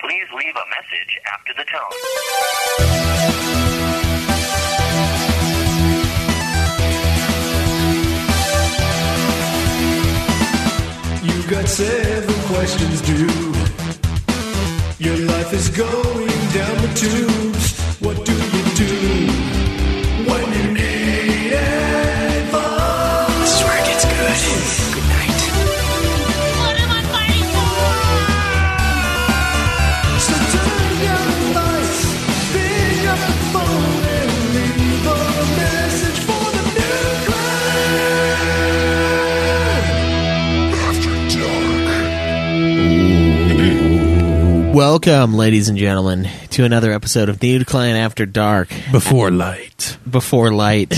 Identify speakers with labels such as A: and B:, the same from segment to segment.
A: Please leave a message after the tone.
B: You've got seven questions due. Your life is going down the tubes. What do you do when you need advice? Swear it's good. Good night.
C: What am I fighting
B: So turn your advice, pick up the phone and leave a message for the new
D: Welcome, ladies and gentlemen, to another episode of Nude Clan After Dark,
E: before light.
D: before light,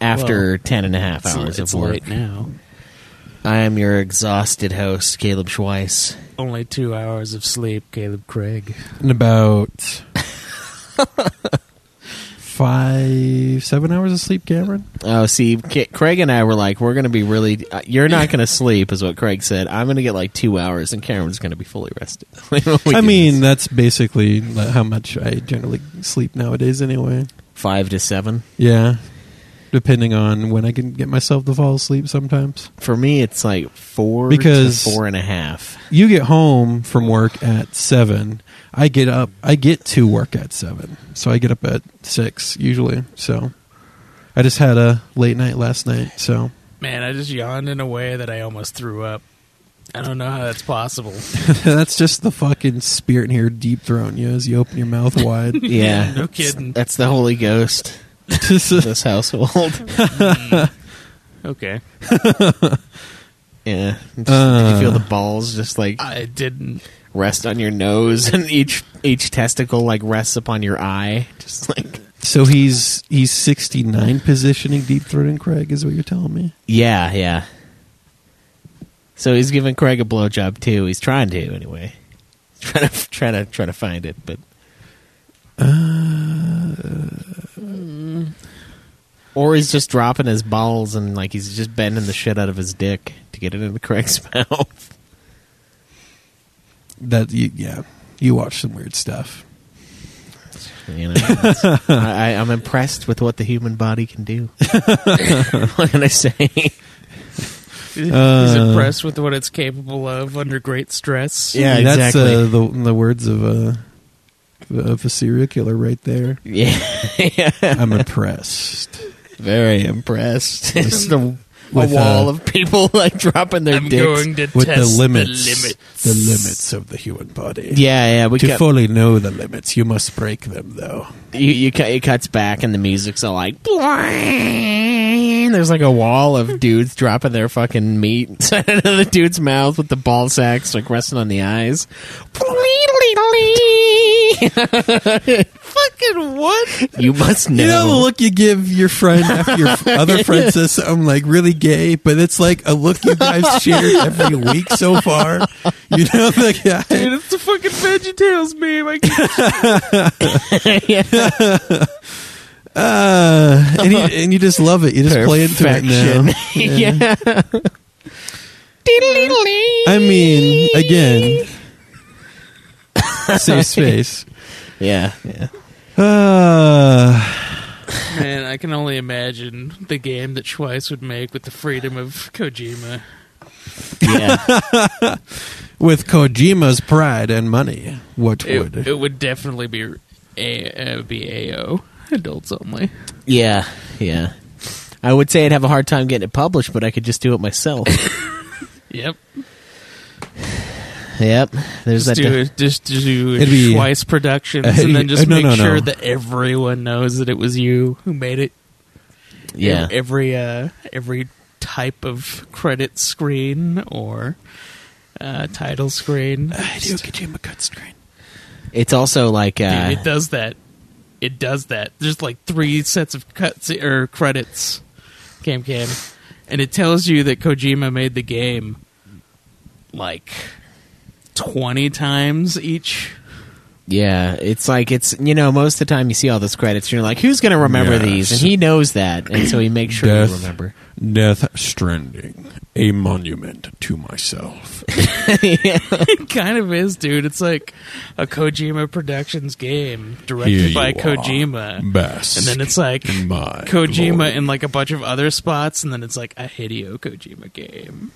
D: after ten and a half hours
E: it's
D: of work.
E: late now.
D: I am your exhausted host, Caleb Schweiss.
E: Only two hours of sleep, Caleb Craig.
F: in about five, seven hours of sleep, Cameron.
D: Oh, see, K- Craig and I were like, we're going to be really. Uh, you're not going to sleep, is what Craig said. I'm going to get like two hours, and Cameron's going to be fully rested. When we
F: I
D: do
F: mean,
D: this.
F: that's basically li- how much I generally sleep nowadays, anyway.
D: five to seven.
F: Yeah, depending on when I can get myself to fall asleep. Sometimes
D: For me, it's like four
F: Because-
D: to four and a half.
F: you get home from work at seven. I get up. I get to work at seven, so I get up at six usually. So I just had a late night last night. So
E: Man, I just yawned in a way that I almost threw up. I don't know how that's possible.
F: that's just the fucking spirit in here deep throwing you as you open your mouth wide.
D: Yeah,
E: no kidding.
D: That's the Holy Ghost. of this household.
E: Okay.
D: Yeah.
F: Uh.
D: you feel the balls just like
E: I didn't.
D: rest on your nose and each each testicle like rests upon your eye. Just like
F: So he's he's 69 positioning deep throating Craig is what you're telling me.
D: Yeah, yeah. So he's giving Craig a blowjob too. He's trying to anyway. Trying to trying to trying to find it, but Or he's just dropping his balls and like he's just bending the shit out of his dick to get it into Craig's mouth.
F: That you, yeah, you watch some weird stuff.
D: You know, it's- I, I'm impressed with what the human body can do. what can I say?
F: Uh,
E: He's impressed with what it's capable of under great stress.
D: Yeah,
F: that's uh,
D: exactly.
F: the the words of a of a serial killer right there.
D: Yeah,
F: I'm impressed.
D: very impressed. It's the, a
F: With, uh,
D: wall of people like dropping their
E: I'm
D: dicks.
E: going to
F: With the
E: test
F: limits,
E: the limits.
F: the limits of the human body.
D: yeah, yeah. We
F: To
D: cut,
F: fully know the limits, you must break them, though.
D: you, you cut, it cuts back, and the music's all like. There's like a wall of dudes dropping their fucking meat inside of the dude's mouth with the ball sacks like resting on the eyes.
E: Fucking what?
D: You must know.
F: You know the look you give your friend after your other friend says something like really gay, but it's like a look you guys shared every week so far. You know, like yeah,
E: Dude, it's the fucking VeggieTales meme. I can't-
F: uh, and you, and you just love it. You just play into it now.
D: yeah.
F: I mean, again, safe space.
D: Yeah. Yeah.
F: Uh,
E: Man, I can only imagine the game that Schweiss would make with the freedom of Kojima.
D: Yeah.
F: with Kojima's pride and money, what would
E: It, it would definitely be a, uh, be AO adults only.
D: Yeah. Yeah. I would say I'd have a hard time getting it published, but I could just do it myself.
E: Yep.
D: yep. There's
E: Just
D: that.
E: do just do
F: It'd be-
E: Schweiss Productions,
F: Uh,
E: and then just
F: uh, no,
E: make
F: no, no.
E: sure that everyone knows that it was you who made it.
D: de- yeah.
E: Every uh, every type of credit screen or uh, title screen.
F: do Kojima cut screen?
D: It's also like.
E: Dude,
D: Uh,
E: it does that. It does that. There's like three sets of cuts or credits, Cam Cam, and it tells you that Kojima made the game like twenty times each.
D: Yeah, it's like it's you know most of the time you see all those credits, you're like, who's going to remember
F: Yes.
D: these? And he knows that, and so he makes sure you
F: Death.
D: remember.
F: Death Stranding, a monument to myself.
E: It kind of is, dude. It's like a Kojima Productions game
F: Here
E: directed
F: you
E: by
F: are,
E: Kojima.
F: Best.
E: And then it's like
F: in my
E: Kojima
F: glory.
E: in like a bunch of other spots, and then it's like a Hideo Kojima game.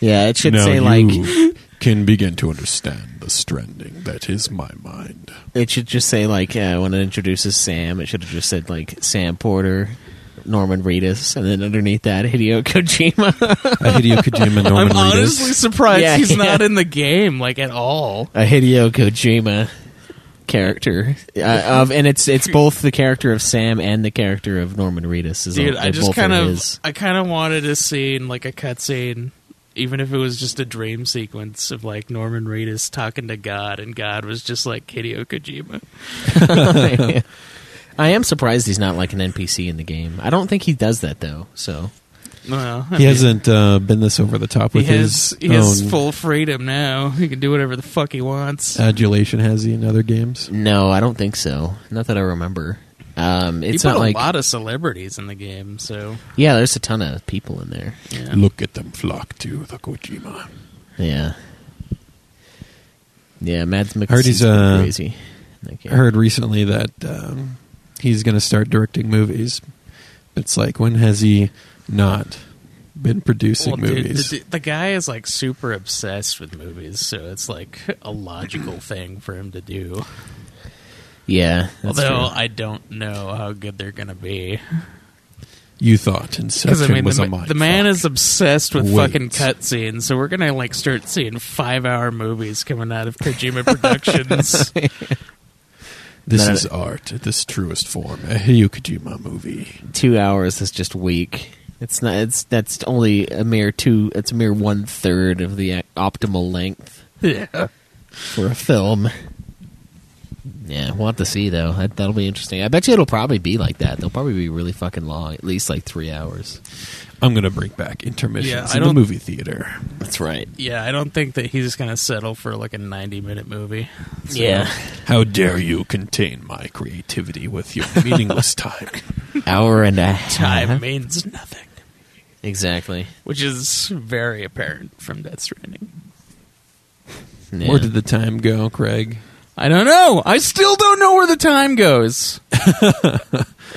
D: Yeah, it should
F: now
D: say
F: you
D: like
F: can begin to understand the stranding that is my mind.
D: it should just say like uh, when it introduces Sam, it should have just said like Sam Porter, Norman Reedus, and then underneath that Hideo Kojima,
F: A Hideo Kojima
E: I'm
F: Norman
E: honestly surprised
D: Yeah,
E: he's
D: yeah.
E: not in the game like at all.
D: a Hideo Kojima character uh, of, and it's it's both the character of Sam and the character of Norman Reedus. Is
E: Dude,
D: all-
E: I
D: they're
E: just
D: both
E: kind
D: are
E: of
D: his.
E: I kind of wanted a scene like a cutscene, even if it was just a dream sequence of like Norman Reedus talking to God, and God was just like Hideo Kojima.
D: I am surprised he's not like an NPC in the game. I don't think he does that though. So
E: Well, I
F: He
E: mean,
F: hasn't uh, been this over the top
E: He
F: with
E: has
F: his
E: he has
F: own Uh,
E: full freedom now. He can do whatever the fuck he wants.
F: adulation, has he, in other games?
D: no, I don't think so. Not that I remember. Um,
E: he
D: it's
E: put
D: not
E: a
D: like
E: lot of celebrities in the game, so
D: yeah, there's a ton of people in there.
E: yeah.
F: Look at them flock to the Kojima.
D: Yeah. Yeah, Mads
F: heard he's,
D: Mikkelsen's uh,
F: uh,
D: crazy. Like, yeah.
F: I heard recently that um, he's going to start directing movies. It's like, when has he not been producing
E: Well, dude,
F: movies?
E: the, the guy is like super obsessed with movies, so it's like a logical thing for him to do.
D: Yeah, that's
E: Although
D: true.
E: I don't know how good they're gonna be.
F: you thought
E: Because
F: Inception
E: I mean,
F: was
E: the,
F: a
E: ma-
F: mind
E: the man
F: fuck.
E: is obsessed with
F: Wait.
E: fucking cutscenes, so we're gonna like start seeing five-hour movies coming out of Kojima Productions.
F: This
D: No, no,
F: is art at this truest form. A Hideo Kojima movie.
D: two hours is just weak. It's not. It's that's only a mere two. It's a mere one third of the uh, optimal length
E: yeah.
D: for a film. Yeah, we'll have to see though. That, that'll be interesting. I bet you it'll probably be like that. They'll probably be really fucking long, at least like three hours.
F: I'm going to bring back intermissions
E: Yeah, I
F: in the
E: don't-
F: movie theater.
D: That's right.
E: yeah, I don't think that he's gonna settle for like a ninety-minute movie. So-
D: Yeah,
F: How dare you contain my creativity with your meaningless time?
D: hour and a half.
E: time means nothing,
D: exactly.
E: which is very apparent from Death Stranding.
D: Yeah.
F: Where did the time go, Craig?
E: I don't know. I still don't know where the time goes,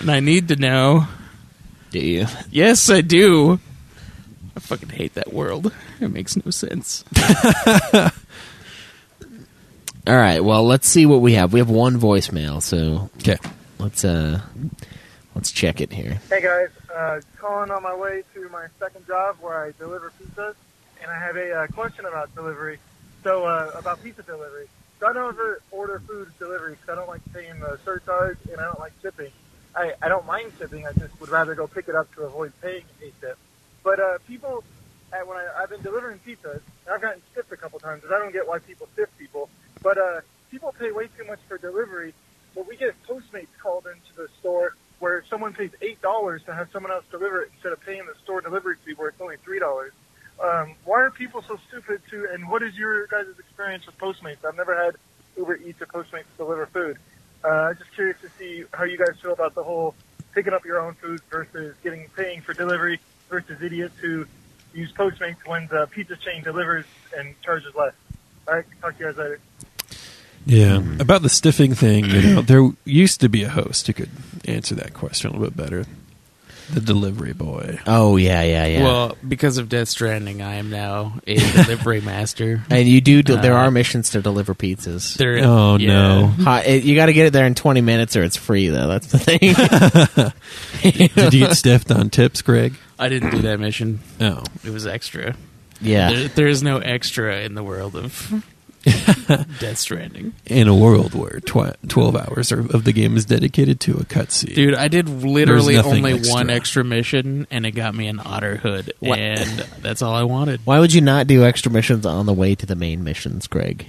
E: and I need to know.
D: do you?
E: Yes, I do. I fucking hate that world. It makes no sense.
D: All right. Well, let's see what we have. We have one voicemail, so
F: Okay.
D: let's uh let's check it here.
G: Hey guys, uh, calling on my way to my second job where I deliver pizzas, and I have a uh, question about delivery. So uh, about pizza delivery, so I don't ever order food delivery because I don't like paying the surcharge and I don't like shipping. I, I don't mind shipping. I just would rather go pick it up to avoid paying a tip. But uh, people, at, when I, I've been delivering pizzas, and I've gotten stiffed a couple times, and I don't get why people stiff people. But uh, people pay way too much for delivery. But we get Postmates called into the store where someone pays eight dollars to have someone else deliver it instead of paying the store delivery fee where it's only three dollars. Um, why are people so stupid too? And what is your guys' experience with Postmates? I've never had Uber Eats or Postmates deliver food. Uh, just curious to see how you guys feel about the whole picking up your own food versus getting paying for delivery versus idiots who use Postmates when the pizza chain delivers and charges less. All right, talk to you guys later.
F: Yeah. About the stiffing thing, you know, there used to be a host who could answer that question a little bit better. The delivery boy.
D: Oh yeah, yeah, yeah.
E: Well, because of Death Stranding, I am now a delivery master.
D: and you do. do there
E: Uh,
D: are missions to deliver pizzas.
E: There-
F: Oh,
E: yeah.
F: no.
D: Hot, it, you got to get it there in 20 minutes or it's free though. That's the thing.
F: Did you get stiffed on tips, Craig?
E: I didn't do that mission.
F: Oh.
E: It was extra. There,
D: yeah.
E: there is no extra in the world of Death Stranding.
F: In a world where tw- 12 hours are- of the game is dedicated to a cutscene.
E: Dude, I did literally
F: There's nothing
E: only
F: extra.
E: one extra mission, and it got me an otter hood,
D: What?
E: and that's all I wanted.
D: Why would you not do extra missions on the way to the main missions, Greg?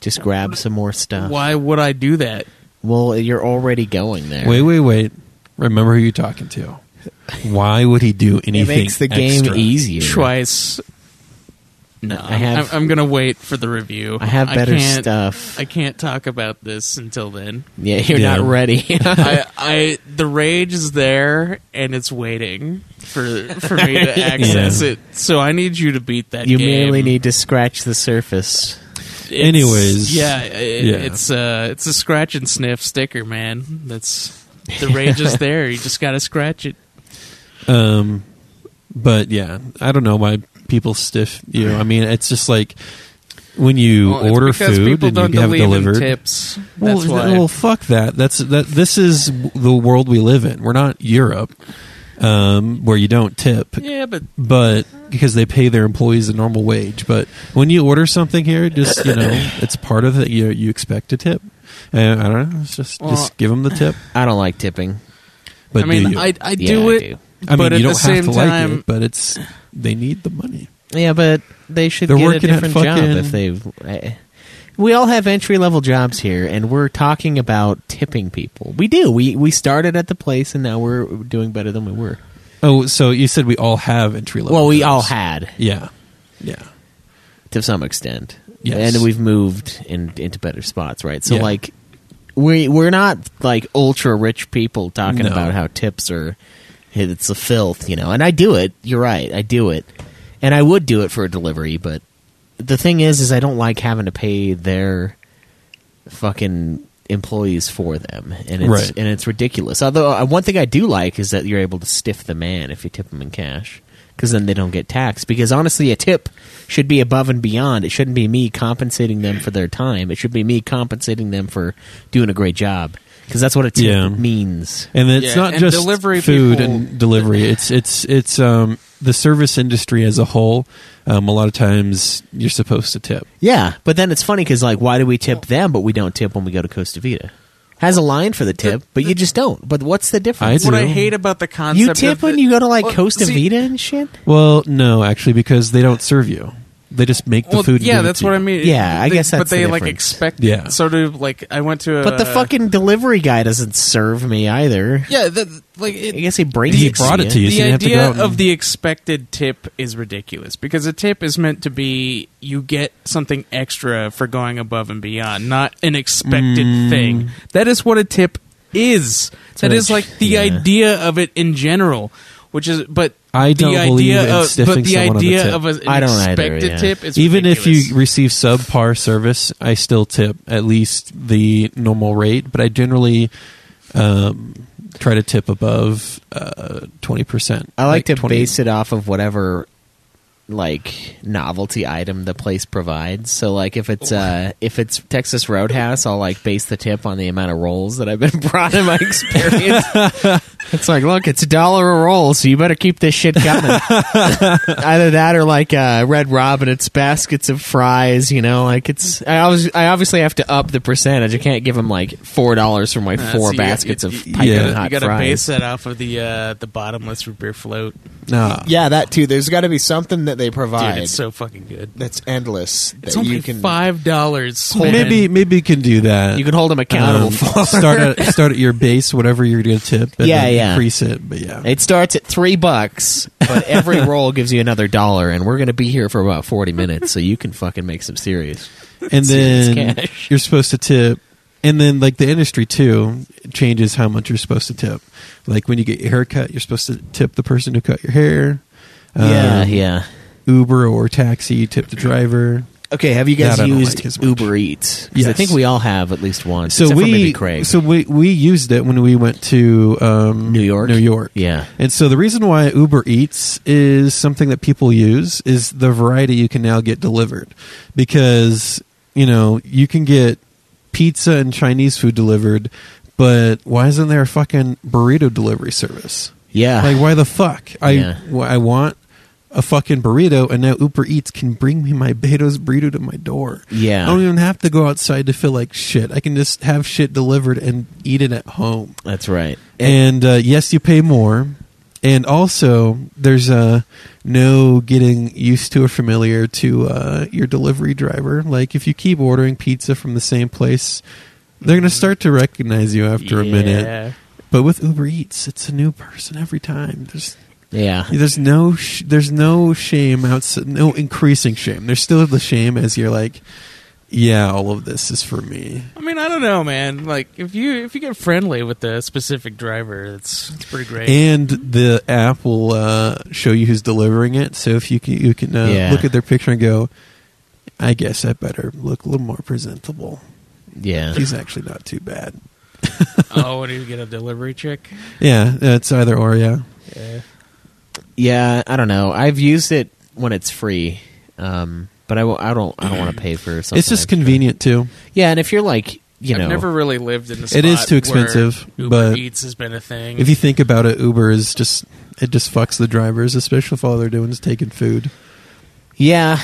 D: Just grab some more stuff.
E: Why would I do that?
D: Well, you're already going there.
F: Wait, wait, wait. Remember who you're talking to. Why would he do
D: it
F: anything
D: makes the game
F: extra?
D: easier.
E: Twice. No,
D: I have-
E: I'm, I'm gonna wait for the review.
D: I have better
E: can't-
D: stuff.
E: I can't talk about this until then.
D: yeah, you're
F: Yeah.
D: not ready.
E: I, I, the rage is there and it's waiting for for me to access it. So I need you to beat that.
D: you
E: game.
D: merely need to scratch the surface.
E: It's-
F: Anyways.
E: yeah, it-
F: Yeah.
E: it's uh, it's a scratch and sniff sticker, man. That's the rage is there. You just gotta scratch it.
F: Um, but yeah, I don't know why people stiff you. I mean, it's just like when you
E: Well, it's
F: order
E: because
F: food
E: people
F: and
E: don't
F: you have it
E: believe in
F: delivered.
E: tips.
F: Well,
E: That's why.
F: well, fuck that. That's that. This is the world we live in. We're not Europe, um, where you don't tip,
E: yeah, but
F: but because they pay their employees a normal wage. But when you order something here, just you know, it's part of it. You you expect a tip. And I don't know. It's just
E: Well-
F: just give them the tip.
D: I don't like tipping.
F: But
E: I mean,
F: do you?
E: I I
D: Yeah,
E: do
D: I
E: it.
D: do.
F: I mean,
E: but
F: you
E: at
F: don't
E: the
F: have
E: same
F: to
E: time,
F: like it, but it's they need the money.
D: Yeah, but they should
F: They're
D: get
F: working
D: a
F: at
D: different
F: fucking-
D: job if they've. eh. we all have entry level jobs here, and we're talking about tipping people. We do. We we started at the place, and now we're doing better than we were.
F: Oh, so you said we all have entry level.
D: Well, we all had
F: Yeah, yeah.
D: to some extent,
F: Yes.
D: and we've moved in, into better spots, right? So
F: Yeah.
D: like, we we're not like ultra rich people talking
F: No.
D: about how tips are. It's a filth, you know. And I do it. You're right. I do it, and I would do it for a delivery, but the thing is, is I don't like having to pay their fucking employees for them, and it's
F: Right.
D: and it's ridiculous. Although uh, one thing I do like is that you're able to stiff the man if you tip him in cash, because then they don't get taxed. Because honestly, a tip should be above and beyond. It shouldn't be me compensating them for their time. It should be me compensating them for doing a great job, because that's what a tip
F: Yeah.
D: means.
F: And it's
E: Yeah,
F: not
E: and
F: just
E: delivery
F: food
E: people-
F: and delivery. It's it's it's um the service industry as a whole. Um, a lot of times you're supposed to tip.
D: Yeah, but then it's funny because like, why do we tip them but we don't tip when we go to Costa Vita? Has a line for the tip, but you just don't. But what's the difference?
F: I
E: what I
F: do.
E: hate about the concept.
D: You tip
E: of the-
D: when you go to like
E: Well,
D: Costa
E: see,
D: Vita and shit.
F: Well, no, actually, because they don't serve you. They just make the
E: Well,
F: food. and
E: yeah,
F: give it
E: that's
F: to
E: what
F: you.
E: I mean.
D: Yeah, I
E: They-
D: guess that's
E: But they
D: the
E: like
D: difference.
E: expect.
F: Yeah.
E: Sort of like I went to. A,
D: But the
F: Uh,
D: fucking delivery guy doesn't serve me either.
E: Yeah, the, like
D: I
E: it,
D: guess he brings.
F: He
D: it
F: brought it to you. so
E: the
F: you have to go
E: idea
F: out and-
E: of the expected tip is ridiculous because a tip is meant to be you get something extra for going above and beyond, not an expected
F: Mm.
E: thing. That is what a tip is. That
D: what
E: is
D: I-
E: like the
D: yeah.
E: idea of it in general, which is but
F: I don't
E: the
F: believe
E: idea
F: in
E: of,
F: stiffing
E: but the
F: someone on a
E: idea
F: tip.
E: of a, an
D: I don't either,
E: expected
D: yeah.
E: tip is
F: even
E: ridiculous.
F: if you receive subpar service, I still tip at least the normal rate, but I generally um, try to tip above uh, twenty percent.
D: I like, to base it off of whatever like novelty item the place provides. So like if it's uh if it's Texas Roadhouse, I'll like base the tip on the amount of rolls that I've been brought in my experience. it's like, look, it's a dollar a roll, so you better keep this shit coming. Either that or like uh Red Robin, it's baskets of fries, you know, like it's I always I obviously have to up the percentage. I can't give them like four dollars for my
E: Uh,
D: four
E: so you got-
D: baskets
E: you-
D: of
E: you
D: piping
F: gotta-
D: hot
E: you got to
D: fries.
E: base that off of the uh, the bottomless root beer float.
F: Nah.
H: Yeah, that too. There's got to be something that they
E: Dude,
H: provide
E: it's so fucking good.
H: that's endless that
E: It's only
H: you can.
E: five dollars.
F: Maybe maybe you can do that.
D: You can hold them accountable
F: um,
D: for
F: start at start at your base, whatever you're going to tip. And
D: Yeah,
F: then
D: yeah.
F: Increase it, but yeah.
D: It starts at three bucks, but every roll gives you another dollar, and we're going to be here for about forty minutes, so you can fucking make some serious.
F: and
D: it's
F: then
D: cash.
F: you're supposed to tip and then like the industry too changes how much you're supposed to tip like when you get your hair cut you're supposed to tip the person who cut your hair
D: yeah,
F: Um,
D: yeah.
F: uber or taxi you tip the driver
D: Okay, have you
F: guys
D: guys
F: That I don't used
D: used
F: like as much.
D: Uber
F: Uber
D: Eats?
F: 'Cause I
D: I
F: Yes.
D: think
F: think
D: we
F: we
D: all have at least one.
F: so we so we we used it when we went to um,
D: New York?
F: New York,
D: Yeah.
F: And so the reason why Uber Eats is something that people use is the variety you can now get delivered, because you know you can get pizza and Chinese food delivered, but why isn't there a fucking burrito delivery service?
D: yeah,
F: Like why the fuck? I
D: Yeah.
F: wh- I want a fucking burrito and now Uber Eats can bring me my Beto's burrito to my door.
D: Yeah.
F: I don't even have to go outside to feel like shit. I can just have shit delivered and eat it at home.
D: that's right.
F: And uh, yes, you pay more. And also, there's uh, no getting used to or familiar to uh, your delivery driver. Like, if you keep ordering pizza from the same place, they're going to start to recognize you after a minute. But with Uber Eats, it's a new person every time. There's
D: Yeah.
F: There's no sh- there's no shame outside, no increasing shame. There's still the shame as you're like, yeah, all of this is for me.
E: I mean, I don't know, man. Like if you if you get friendly with the specific driver, it's it's pretty great.
F: And the app will uh, show you who's delivering it. So if you can, you can uh,
D: Yeah.
F: look at their picture and go, I guess I better look a little more presentable.
D: Yeah.
F: He's actually not too bad.
E: oh, what do you get a delivery chick?
F: Yeah, it's either or. Yeah,
E: Yeah.
D: Yeah, I don't know. I've used it when it's free. Um but I, will, I don't I don't want to pay for something.
F: it's just
D: extra.
F: convenient too.
D: Yeah, and if you're like, you know,
E: I've never really lived in the. Spot
F: It is too
E: where
F: expensive,
E: Uber
F: but
E: Eats has been a thing.
D: Mm-hmm.
F: If you think about it, Uber is just it just fucks the drivers, especially if all they're doing is taking food.
D: yeah.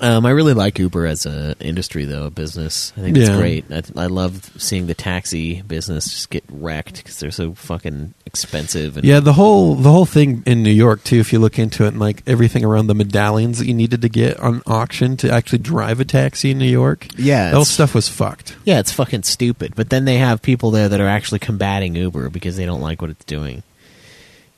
D: Um, I really like Uber as a industry though, a business. I think it's
F: Yeah.
D: great. I, I love seeing the taxi business just get wrecked because they're so fucking expensive. And
F: Yeah, the whole the whole thing in New York too. If you look into it, and like everything around the medallions that you needed to get on auction to actually drive a taxi in New York,
D: Yeah,
F: that whole
D: it's-
F: stuff was fucked.
D: Yeah, it's fucking stupid. But then they have people there that are actually combating Uber because they don't like what it's doing.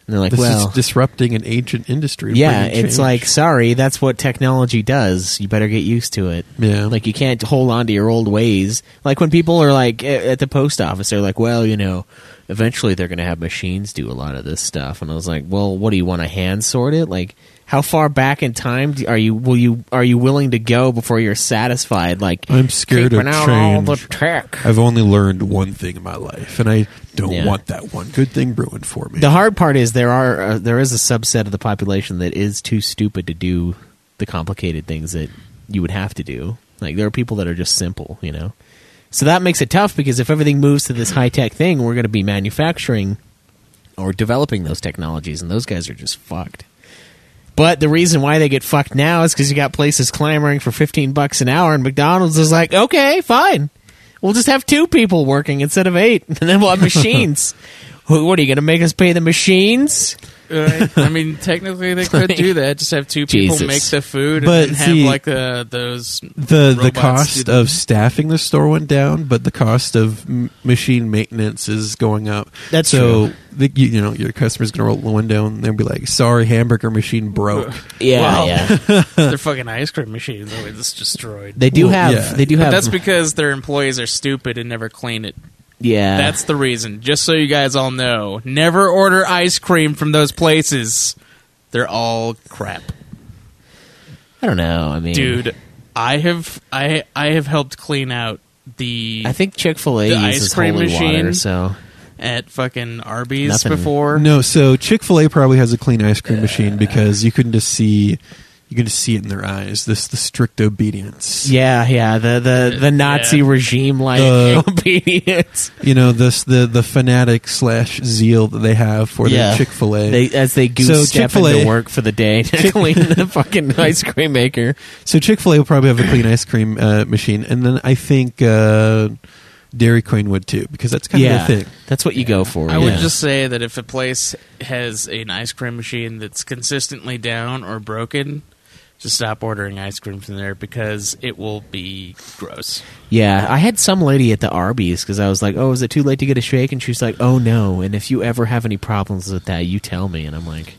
D: And they're like,
F: This
D: well,
F: is disrupting an ancient industry.
D: yeah,
F: bringing
D: it's
F: change.
D: like, sorry, that's what technology does. You better get used to it.
F: Yeah.
D: Like, you can't hold on to your old ways. Like, when people are like a- at the post office, they're like, well, you know, eventually they're going to have machines do a lot of this stuff. And I was like, well, what do you want to hand sort it? Like, how far back in time do, are you will you are you willing to go before you're satisfied? Like
F: I'm scared of
D: creeping out all the
F: change.
D: tech.
F: I've only learned one thing in my life, and I don't
D: Yeah.
F: want that one good thing ruined for me.
D: The hard part is there are uh, there is a subset of the population that is too stupid to do the complicated things that you would have to do. Like there are people that are just simple, you know. So that makes it tough because if everything moves to this high tech thing, we're going to be manufacturing or developing those technologies, and those guys are just fucked. But the reason why they get fucked now is because you got places clamoring for fifteen bucks an hour, and McDonald's is like, okay, fine, we'll just have two people working instead of eight, and then we'll have machines. Who- what are you going to make us pay the machines?
E: Right? I mean, technically they could do that. Just have two people
D: Jesus.
E: make the food,
F: But
E: and then
F: see-
E: have like the those
F: the the
E: robots do
F: cost
E: the-
F: of staffing the store went down, but the cost of m- machine maintenance is going up.
D: That's
F: so The, you, you know your customer's gonna roll the window and they'll be like, "Sorry, hamburger machine broke."
D: Yeah,
E: Wow.
D: yeah.
E: their fucking ice cream machines that was destroyed.
D: They do
F: Well,
D: have.
F: yeah.
D: They do
E: but
D: have.
E: that's because their employees are stupid and never clean it.
D: yeah,
E: That's the reason. Just so you guys all know, never order ice cream from those places. They're all crap,
D: I don't know. I mean,
E: dude. I have I I have helped clean out the
D: I think Chick Fil A
E: The
D: uses
E: ice cream
D: holy water,
E: machine?
D: so
E: at fucking Arby's
D: Nothing.
E: before.
F: No, so Chick Fil A probably has a clean ice cream machine because you can just see you can just see it in their eyes. This the strict obedience.
D: yeah, yeah. The the the Nazi
E: Yeah.
D: regime like
F: Uh,
D: obedience.
F: You know this the the fanatic slash zeal that they have for their Chick Fil A.
D: They as they goose
F: So
D: step
F: Chick-fil-A-
D: into work for the day to clean the fucking ice cream maker.
F: So Chick Fil A will probably have a clean ice cream uh, machine, and then I think uh, Dairy Queen would too because that's kind
D: yeah,
F: of their thing.
D: that's what you go for.
E: I would
D: yeah.
E: just say that if a place has an ice cream machine that's consistently down or broken, just stop ordering ice cream from there because it will be gross.
D: Yeah, I had some lady at the Arby's because I was like, "Oh, is it too late to get a shake?" And she's like, "Oh no!" And if you ever have any problems with that, you tell me. And I'm like,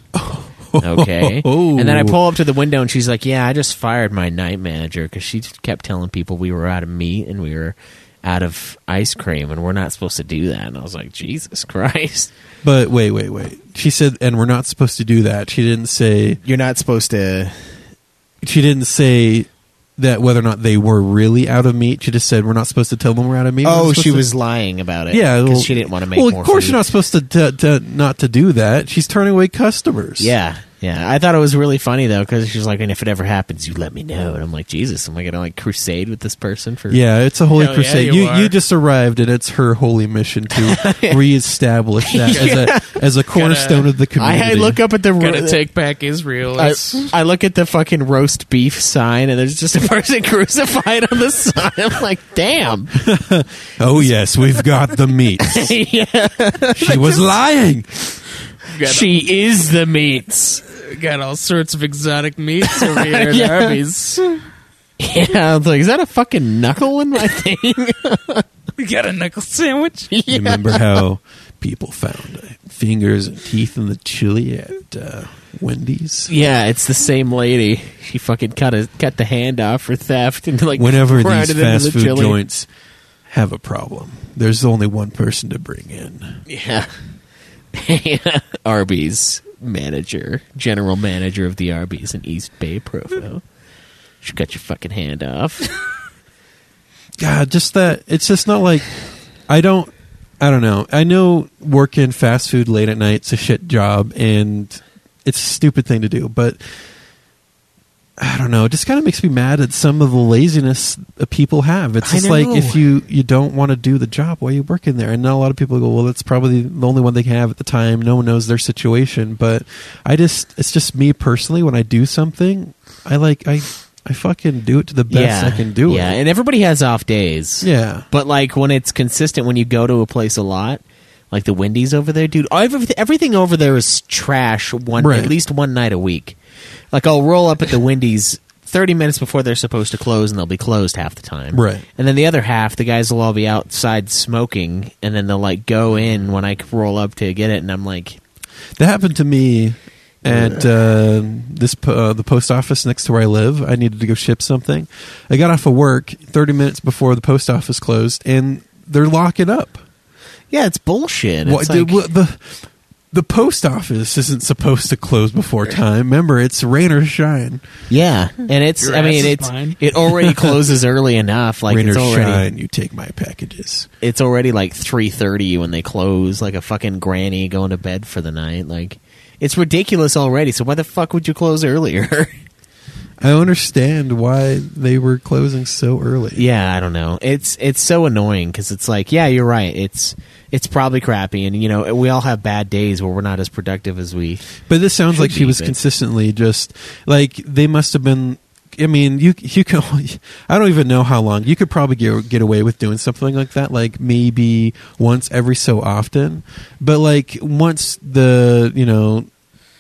D: "Okay." And then I pull up to the window, and she's like, "Yeah, I just fired my night manager because she just kept telling people we were out of meat and we were out of ice cream, and we're not supposed to do that." And I was like, "Jesus Christ,
F: But wait, wait, wait. She said, and we're not supposed to do that. She didn't say.
D: you're not supposed to."
F: She didn't say that whether or not they were really out of meat. She just said we're not supposed to tell them we're out of meat. We're
D: Oh,
F: supposed
D: she
F: to-
D: was lying about it.
F: Yeah,
D: because
F: well-
D: she didn't want to make.
F: Well,
D: more
F: of course
D: food.
F: you're not supposed to, to, to not to do that. She's turning away customers.
D: Yeah, yeah. I thought it was really funny though because she's like, "And if it ever happens, you let me know." And I'm like, "Jesus, am I gonna like crusade with this person for?"
F: Yeah, it's a holy
E: Hell yeah,
F: crusade.
E: you
F: you
E: are.
F: you just arrived, and it's her holy mission to reestablish that as a as a cornerstone of the community.
D: I, I look up at the
E: Gotta take back Israel.
D: uh, I,
E: It's-
D: I look at the fucking roast beef sign, and there's just a person crucified on the sign. I'm like, "Damn."
F: Oh yes, we've got the meat.
D: yeah,
F: She was lying.
E: got,
D: she is the meats.
E: got all sorts of exotic meats over here at
D: Yeah.
E: Arby's.
D: Yeah, I was like, "Is that a fucking knuckle in my thing?"
E: We got a knuckle sandwich.
F: Remember how people found uh, fingers and teeth in the chili at uh, Wendy's.
D: Yeah, it's the same lady. She fucking cut a, cut the hand off for theft and like
F: Whenever
D: grounded
F: these
D: into the
F: fast food
D: chili.
F: joints have a problem, there's only one person to bring in.
D: Yeah. Arby's manager, general manager of the Arby's in East Bay, Provo. She cut your fucking hand off.
F: God, just that. It's just not like I don't. I don't know. I know working fast food late at night's a shit job, and it's a stupid thing to do. But I don't know. It just kind of makes me mad at some of the laziness that people have. It's
D: I
F: just like
D: know.
F: if you you don't want to do the job while you're working there, and not a lot of people go, "Well, that's probably the only one they have at the time." No one knows their situation. But I just, it's just me personally. When I do something, I like I I fucking do it to the best I can do
D: yeah,
F: it.
D: and everybody has off days.
F: yeah.
D: But like when it's consistent, when you go to a place a lot, like the Wendy's over there, dude, everyth- everything over there is trash. One
F: Right.
D: at least one night a week. Like I'll roll up at the Wendy's thirty minutes before they're supposed to close, and they'll be closed half the time.
F: Right.
D: And then the other half, the guys will all be outside smoking, and then they'll like go in when I roll up to get it, and I'm like,
F: That happened to me at uh, this po- uh, the post office next to where I live. I needed to go ship something. I got off of work 30 minutes before the post office closed, and they're locking up.
D: yeah, it's bullshit.
F: What,
D: It's like,
F: the, what- the the post office isn't supposed to close before time. Remember, it's rain or shine.
D: yeah, and it's.
E: Your
D: I
E: ass
D: mean,
E: is
D: it's
E: mine.
D: it already closes early enough. Like
F: rain
D: it's
F: or
D: already
F: shine, you take my packages.
D: it's already like 3.30 when they close like a fucking granny going to bed for the night like it's ridiculous already so why the fuck would you close earlier
F: I understand why they were closing so early.
D: yeah i don't know it's it's so annoying because it's like yeah you're right it's it's probably crappy and you know we all have bad days where we're not as productive as we
F: But this sounds
D: Should
F: like she
D: be,
F: was
D: but-
F: consistently just like they must have been. I mean, you you can. only- I don't even know how long you could probably get get away with doing something like that, like maybe once every so often. But like once the you know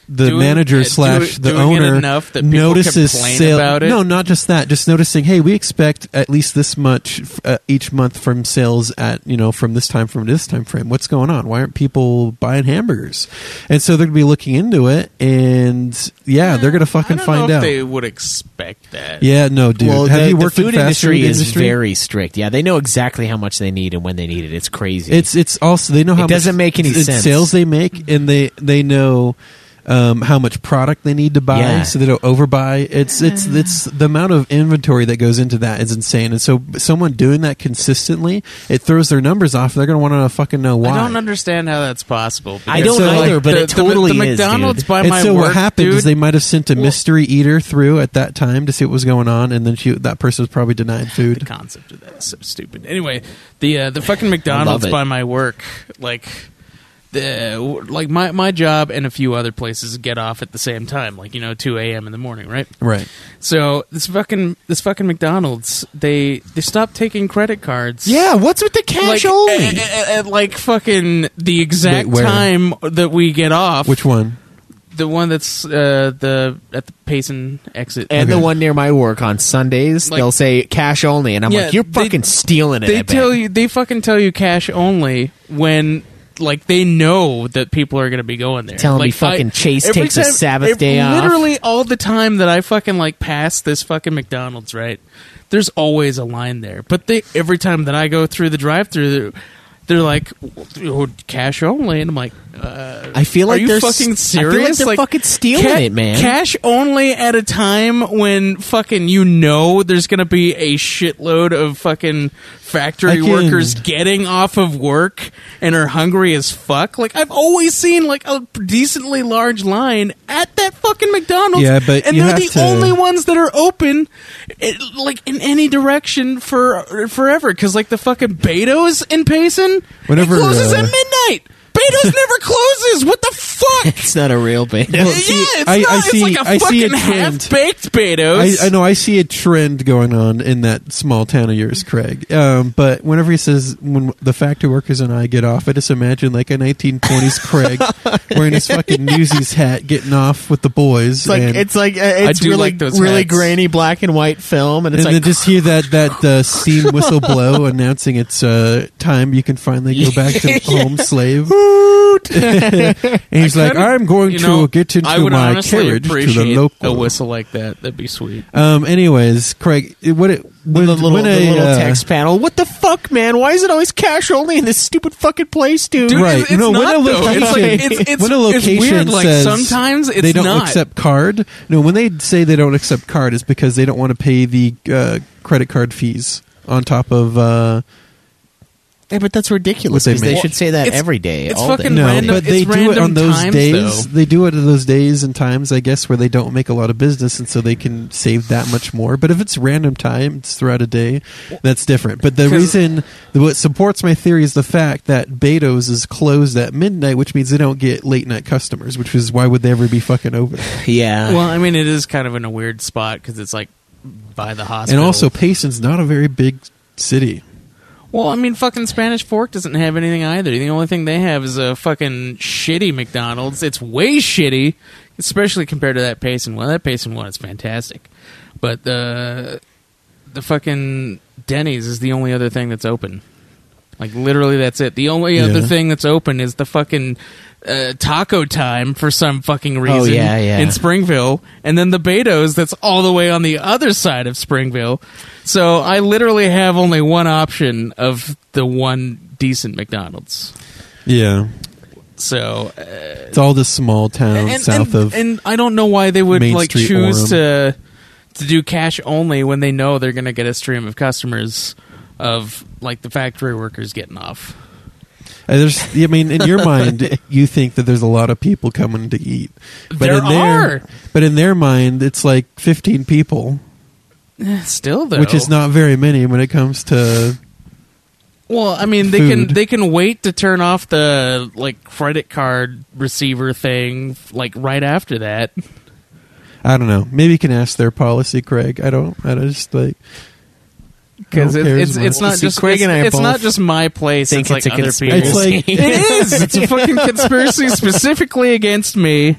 F: the
E: Doing-
F: manager
E: uh, do-
F: slash the
E: doing it
F: owner
E: enough that people
F: notices
E: complain
F: sale.
E: about it?
F: No, not just that. Just noticing, hey, we expect at least this much uh, each month from sales at you know from this time from this time frame. What's going on? Why aren't people buying hamburgers? And so they're gonna be looking into it, and yeah, they're gonna fucking
E: I don't
F: find
E: know If
F: out.
E: they would expect that.
F: yeah, no, dude.
D: well
F: Have
D: the,
F: you
D: the
F: worked
D: food
F: in fast
D: industry
F: food
D: is
F: industry?
D: very strict yeah they know exactly how much they need and when they need it it's crazy
F: It's it's also they know how
D: It doesn't
F: much
D: make any
F: it's
D: sense.
F: sales they make, and they they know um, how much product they need to buy,
D: Yeah.
F: so they don't overbuy. It's it's it's the amount of inventory that goes into that is insane, and so someone doing that consistently, it throws their numbers off. They're gonna want to fucking know why.
E: I don't understand how that's possible.
D: I
E: because,
D: don't either, but
E: the,
D: it
E: the-
D: totally
E: the,
D: is,
E: McDonald's
D: dude.
E: by
F: and
E: my
F: so
E: work,
F: what happened
E: dude,
F: is they might have sent a
E: Well-
F: mystery eater through at that time to see what was going on, and then she that person was probably denied
E: the
F: food.
E: concept of that is so stupid. Anyway, the uh, the fucking McDonald's
D: it.
E: by my work, like the like my my job and a few other places get off at the same time, like you know, two a.m. in the morning, right?
F: Right.
E: So this fucking this fucking McDonald's, they they stopped taking credit cards.
D: yeah what's with the cash
E: Like,
D: only
E: at, at- at, like fucking the exact
F: Wait, where?
E: time that we get off,
F: Which one?
E: the one that's uh, the at the Payson exit,
D: and the
F: Okay.
D: one near my work on Sundays,
E: Like-
D: they'll say cash only, and I'm
E: Yeah,
D: like, "You're
E: they-
D: fucking stealing it."
E: they
D: I bet."
E: tell you they fucking tell you cash only when like they know that people are gonna be going there.
D: Telling me
E: like,
D: fucking Chase
E: every
D: takes a Sabbath
E: ev-
D: day off.
E: Literally all the time that I fucking like pass this fucking McDonald's, right? There's always a line there, but they every time that I go through the drive-through, they're, they're like oh, cash only, and I'm like, uh,
D: I feel like
E: are you
D: they're s-
E: fucking
D: I feel
E: serious?
D: like they're fucking stealing
E: ca-
D: it, man.
E: Cash only at a time when fucking you know there's gonna be a shitload of fucking
F: I
E: factory
F: can-
E: workers getting off of work and are hungry as fuck. Like I've always seen like a decently large line at that fucking McDonald's.
F: Yeah, but
E: and
F: you
E: they're
F: have
E: the
F: to-
E: only ones that are open, it, like in any direction for forever. Because like the fucking Beto's in Payson,
F: Whenever,
E: it closes
F: uh,
E: at midnight. Beto's never closes. What the fuck?
D: it's not a real bait.
F: Well,
E: yeah,
F: see,
E: it's
F: I-
E: not.
F: I
E: it's
F: see-
E: like a
F: I see a
E: fucking
F: trend.
E: half baked Beto's.
F: I, I know I see a trend going on in that small town of yours, Craig. Um, but whenever he says when the factory workers and I get off, I just imagine like a 1920s Craig wearing his fucking Newsies hat, getting off with the boys,
D: It's like
F: and,
D: it's like uh, it's
E: do
D: really
E: like those
D: really
E: hats.
D: grainy black and white film, and
F: and
D: it's
F: then
D: like
F: just hear that that uh, steam whistle blow announcing it's uh, time you can finally go back to home slave. toot. and he's like,
E: Kinda-
F: I'm going
E: you
F: to
E: know,
F: get
E: I
F: into
E: would
F: my
E: honestly
F: carriage to the
E: appreciate
F: local.
E: A whistle like that, that'd be sweet.
F: Um. Anyways, Craig, it- what it when,
D: the little,
F: when
D: the
F: a,
D: little
F: uh,
D: text panel. What the fuck, man? Why is it always cash only in this stupid fucking place, dude?
E: Dude,
F: Right.
E: it's, it's
F: No, when
E: not
F: a
E: though. It's like
F: location-
E: it's, it's,
F: when a location
E: it's weird. Like
F: says
E: sometimes it's
F: they don't
E: not.
F: accept card. No, when they say they don't accept card, it's because they don't want to pay the uh, credit card fees on top of. Uh,
D: Yeah, but that's ridiculous.
F: What they
D: 'cause they
F: make.
D: should say that
E: It's-
D: every day.
E: it's
D: all
E: fucking
D: day.
F: no,
E: random-
F: but
E: it's
F: they do it
E: random
F: on those
E: times,
F: days.
E: though.
F: They do it on those days and times, I guess, where they don't make a lot of business, and so they can save that much more. But if it's random times throughout a day, that's different. But the
E: 'Cause-
F: reason what supports my theory is the fact that Beto's is closed at midnight, which means they don't get late night customers, which is why would they ever be fucking open?
D: Yeah.
E: Well, I mean, it is kind of in a weird spot because it's like by the
F: and
E: hospital,
F: also, Payson's not a very big city.
E: Well, I mean, fucking Spanish Fork doesn't have anything either. The only thing they have is a fucking shitty McDonald's. It's way shitty, especially compared to that Payson one. That Payson one is fantastic, but the the fucking Denny's is the only other thing that's open. Like literally, that's it. The only other
F: Yeah.
E: thing that's open is the fucking uh, taco time for some fucking
F: Oh,
E: reason
D: yeah, yeah.
E: in Springville, and then the Beto's that's all the way on the other side of Springville. So I literally have only one option of the one decent McDonald's.
F: Yeah,
E: So uh,
F: it's all this small town
E: and,
F: south
E: and,
F: of.
E: and I don't know why they would
F: Main
E: like
F: Street,
E: choose
F: Orem.
E: to to do cash only when they know they're going to get a stream of customers of like the factory workers getting off.
F: Uh, There's, I mean, in your mind, you think that there's a lot of people coming to eat, but
E: There
F: in their,
E: are.
F: But in their mind, it's like 15 people,
E: Still though,
F: which is not very many when it comes to.
E: Well, I mean, they
F: food.
E: can they can wait to turn off the like credit card receiver thing like right after that.
F: I don't know. Maybe you can ask their policy, Craig. I don't. I don't- just like
E: Because
F: Who
E: it,
F: cares,
E: it's
F: man?
E: it's not
D: Well, see,
E: just
D: Craig and I
E: it's, it's
D: both
E: not just my place. It's
D: think
E: like
D: it's a
E: other people.
D: conspiracy.
F: It's like
E: it is. It's a fucking conspiracy specifically against me,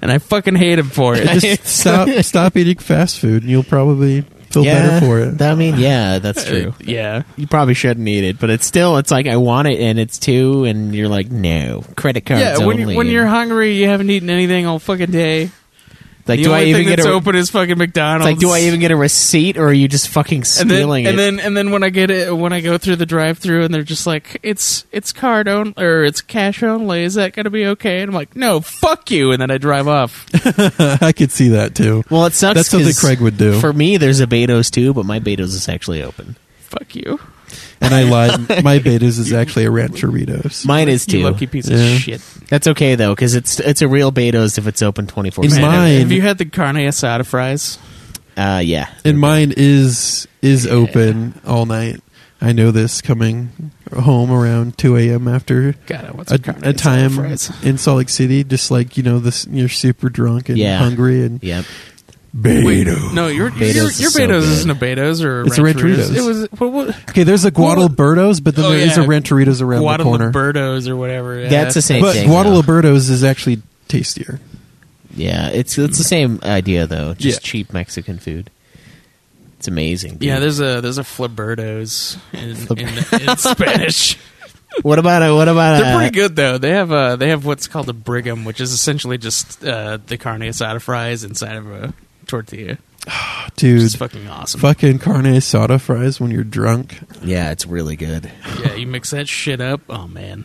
E: and I fucking hate him for it.
F: just stop stop eating fast food, and you'll probably feel
D: yeah,
F: better for it.
D: I mean, yeah, that's true.
E: yeah.
D: you probably shouldn't eat it, but it's still it's like I want it and it's two and you're like no credit cards
E: Yeah, when,
D: only.
E: you- when
D: and-
E: you're hungry, you haven't eaten anything all fucking day.
D: like,
E: the
D: do
E: only
D: I even
E: thing
D: get
E: that's
D: a
E: open is fucking
D: it's
E: McDonald's.
D: like do I even get a receipt or are you just fucking
E: and then,
D: stealing
E: and
D: it?
E: then and then when I get it when I go through the drive through and they're just like it's it's card only or it's cash only is that gonna be okay and I'm like no fuck you and then I drive off
F: I could see that too.
D: well, it sucks.
F: That's something
D: 'cause
F: Craig would do.
D: For me, there's a Beto's too, but my Beto's is actually open.
E: fuck you
F: and I lied. My betas is actually a rancheritos.
D: Mine is too.
E: you lucky piece
F: Yeah.
E: of shit
D: That's okay though, because it's it's a real Beto's if it's open twenty four.
F: In
D: seven.
F: mine-
E: have you had the carne asada fries
D: Uh, yeah,
F: And mine is is open all night. I know this coming home around two a.m. after
E: God I want some
F: a,
E: carne
F: a
E: asada
F: time
E: fries.
F: in Salt Lake City. Just like you know, this you're super drunk and
D: Yeah.
F: hungry and
D: yep.
E: Wait,
F: Beto.
E: no, your your,
D: Beto's
E: your
D: is so
E: Beto's
D: good.
E: isn't a Beto's or a
F: It's a
E: Rancheritos.
F: Rancheritos.
E: It was what, what,
F: Okay, there's a Guadalberto's, but then
E: Oh,
F: there is
E: yeah.
F: a Rancheritos around the corner.
E: Guadalberto's or whatever. yeah.
D: That's the same
F: But
D: thing. though.
F: Guadalberto's is actually tastier.
D: Yeah, it's it's the same idea though. Just
F: Yeah.
D: cheap Mexican food. It's amazing. dude.
E: Yeah, there's a there's a Flaberto's in, in, in Spanish.
D: what about a, what about
F: Uh,
E: They're
D: a,
E: pretty good though. They have uh they have what's called a brigham, which is essentially just uh, the carne asada fries inside of a tortilla.
F: Dude,
E: It's fucking awesome.
F: fucking carne asada fries when you're drunk.
D: Yeah, it's really good.
E: Yeah, you mix that shit up. Oh man,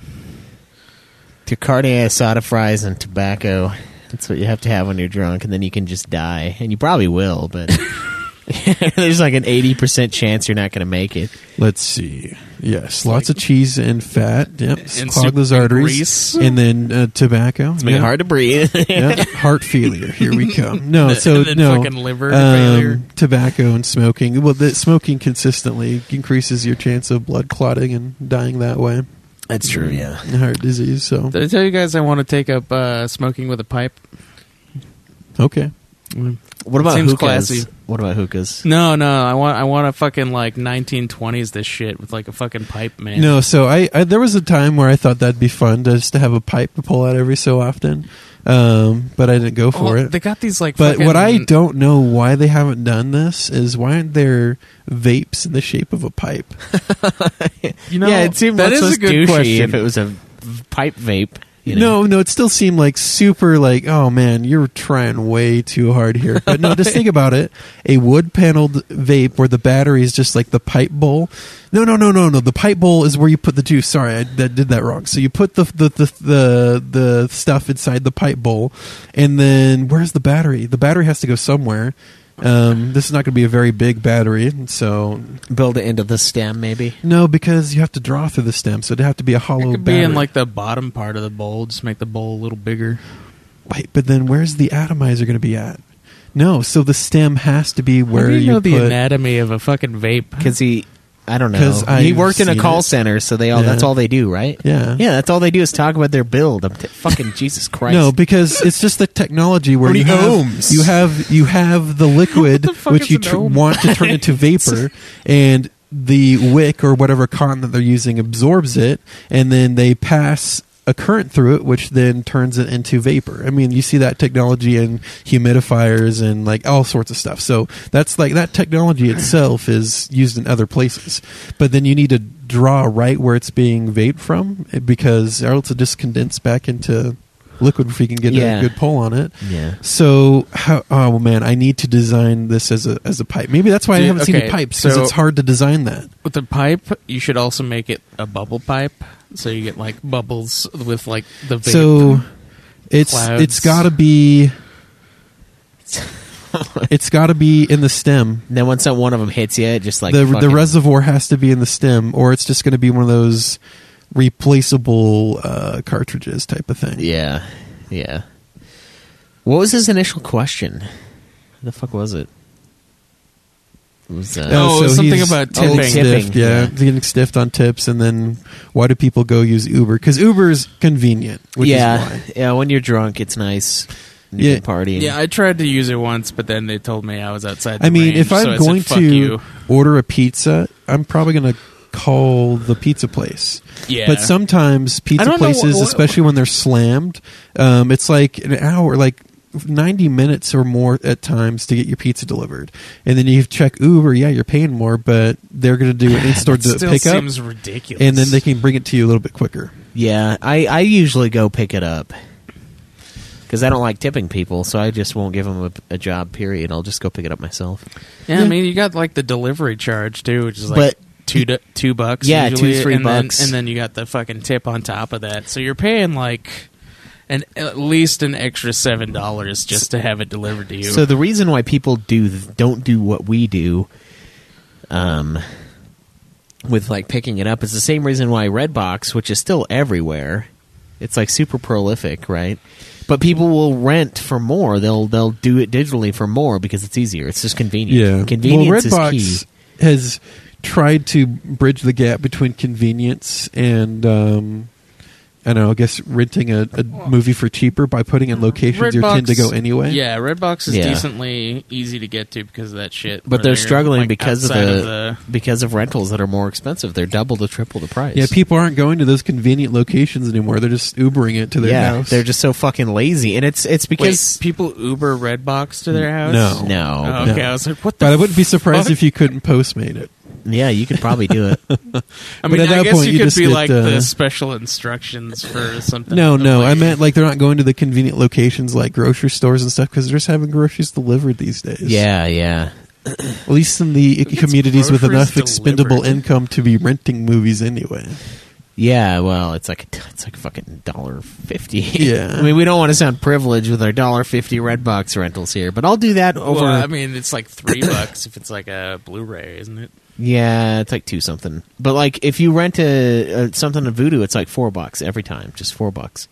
D: To carne asada fries and tobacco. That's what you have to have when you're drunk, and then you can just die, and you probably will. But there's like an eighty percent chance you're not going to make it.
F: Let's see. Yes, lots of cheese and fat. Yep,
E: and
F: clog
E: soup
F: those
E: and
F: arteries,
E: grease.
F: and then uh, tobacco.
D: It's making it hard to breathe.
F: yeah, heart failure. Here we come. No, so
E: and then
F: no Um,
E: fucking liver failure.
F: tobacco and smoking. Well, the, smoking consistently increases your chance of blood clotting and dying that way,
D: That's true.
E: Mm.
D: Yeah.
F: and heart disease. So
E: did I tell you guys I want to take up uh, smoking with a pipe?
F: okay,
D: What about
E: Seems
D: hookahs?
E: classy.
D: What about hookahs?
E: No, no, I want I want a fucking like 1920s this shit with like a fucking pipe, man.
F: no. So I, I there was a time where I thought that'd be fun just to have a pipe to pull out every so often, um, but I didn't go for
E: Well,
F: it.
E: Oh, They got these like.
F: But
E: fucking,
F: what I don't know why they haven't done this is why aren't there vapes in the shape of a pipe?
E: you know,
D: yeah, it seemed
E: that
D: much
E: is
D: less
E: a good
D: douchey
E: question.
D: if it was a v- pipe vape. You know?
F: No, no, it still seemed like super like, oh man, you're trying way too hard here. But no, just think about it. A wood paneled vape where the battery is just like the pipe bowl. No, no, no, no, no. The pipe bowl is where you put the juice. Sorry, I that, did that wrong. So you put the the, the the the stuff inside the pipe bowl and then where's the battery? The battery has to go somewhere. Um, this is not going to be a very big battery, so
D: build it into the stem, maybe.
F: no, because you have to draw through the stem, so it'd have to be a hollow.
E: It could
F: battery.
E: be in like the bottom part of the bowl. Just make the bowl a little bigger.
F: Wait, but then where's the atomizer going to be at? No, so the stem has to be where
E: How do you,
F: you,
E: know
F: put.
E: the anatomy of a fucking vape?
D: Because he, I don't know.
F: 'Cause
D: He
F: I've
D: worked in a
F: seen
D: call
F: it.
D: center, so they all.
F: Yeah.
D: That's all they do, right?
F: Yeah.
D: yeah. That's all they do is talk about their build. I'm t- fucking Jesus Christ.
F: no, because it's just the technology where
H: How
F: you
H: many
F: have,
H: ohms?
F: you have you have the liquid
E: What the fuck
F: which
E: is
F: you
E: an
F: tr-
E: ohm?
F: want to turn into vapor, and the wick or whatever cotton that they're using absorbs it, and then they pass a current through it, which then turns it into vapor. I mean, you see that technology in humidifiers and like all sorts of stuff. So that's like that technology itself is used in other places, but then you need to draw right where it's being vaped from eh, because or else it just condense back into liquid if we can get
D: Yeah.
F: a good pull on it.
D: Yeah.
F: So, how, oh man, I need to design this as a as a pipe. Maybe that's why I
E: Dude,
F: haven't seen
E: okay,
F: the pipes because
E: so-
F: it's hard to design that.
E: With the pipe, you should also make it a bubble pipe, so you get like bubbles with like the vape.
F: So, it's
E: Clouds.
F: it's got to be. it's got to be in the stem.
D: And then once that one of them hits you, it just like
F: the
D: fucking-
F: the reservoir has to be in the stem, or it's just going to be one of those replaceable uh, cartridges type of thing.
D: Yeah, yeah. What was his initial question? The fuck was it? It was uh,
E: Oh, it was something
F: he's
E: about
F: old
E: tipping.
F: stiffed,
D: Tipping,
F: yeah,
D: yeah.
F: He's getting stiffed on tips, and then why do people go use Uber? Because Uber is convenient, which
D: yeah,
F: is why.
D: yeah. When you're drunk, it's nice. You
F: Yeah.
D: can party.
E: yeah, I tried to use it once, but then they told me I was outside. The
F: I mean,
E: range,
F: if I'm
E: so I said,
F: going
E: "Fuck
F: to
E: you."
F: order a pizza, I'm probably going to call the pizza place.
E: Yeah.
F: But sometimes
E: I
F: pizza
E: don't know
F: places,
E: wh- wh-
F: especially when they're slammed, um, it's like an hour, like 90 minutes or more at times to get your pizza delivered. And then you check Uber, yeah, you're paying more, but they're going to do an in store
E: That still
F: pickup.
E: seems ridiculous.
F: And then they can bring it to you a little bit quicker.
D: yeah. I I usually go pick it up because I don't like tipping people, so I just won't give them a, a job. Period. I'll just go pick it up myself.
E: yeah, I mean, you got like the delivery charge too, which is like
D: But-
E: two du- two bucks.
D: Yeah, two,
E: usually,
D: three
E: and then-
D: bucks.
E: and then you got the fucking tip on top of that. So you're paying like an at least an extra seven dollars just to have it delivered to you.
D: So the reason why people do don't do what we do, um, with like picking it up is the same reason why Redbox, which is still everywhere, it's like super prolific, right? But people will rent for more. They'll they'll do it digitally for more because it's easier. It's just convenient.
F: well,
D: convenience
F: Redbox
D: is key.
F: has tried to bridge the gap between convenience and. Um, I don't know. I guess renting a, a movie for cheaper by putting in locations you tend to go anyway.
E: Yeah, Redbox is
D: Yeah.
E: decently easy to get to because of that shit. where
D: But they're struggling
E: like,
D: because of
E: outside
D: the, because of rentals that are more expensive. They're double to triple the price.
F: yeah. People aren't going to those convenient locations anymore. They're just Ubering it to their
D: yeah,
F: house.
D: they're just so fucking lazy, and it's it's
E: Wait,
D: because
E: people Uber Redbox to their house.
F: No.
D: no,
E: Oh, okay,
F: No.
E: I was like, what the?
F: But I wouldn't be surprised
E: fuck?
F: if you couldn't postmate it.
D: yeah, you could probably do it.
E: I mean,
F: but at
E: I
F: that
E: guess
F: point,
E: you
F: you
E: could
F: just
E: be
F: get,
E: like the
F: uh,
E: special instructions for something.
F: No,
E: Like,
F: no. I meant like they're not going to the convenient locations like grocery stores and stuff because they're just having groceries delivered these days.
D: yeah, yeah.
F: At least in the
E: gets
F: communities with
E: groceries
F: enough expendable
E: delivered?
F: income to be renting movies anyway.
D: Yeah, well, it's like it's like fucking dollar fifty.
F: Yeah.
D: I mean, we don't want to sound privileged with our dollar fifty Redbox rentals here, but I'll do that over.
E: Well, I mean, it's like three bucks if it's like a Blu-ray, isn't it?
D: yeah, it's like two something. But like, if you rent a, a something on Voodoo, it's like four bucks every time, just four bucks.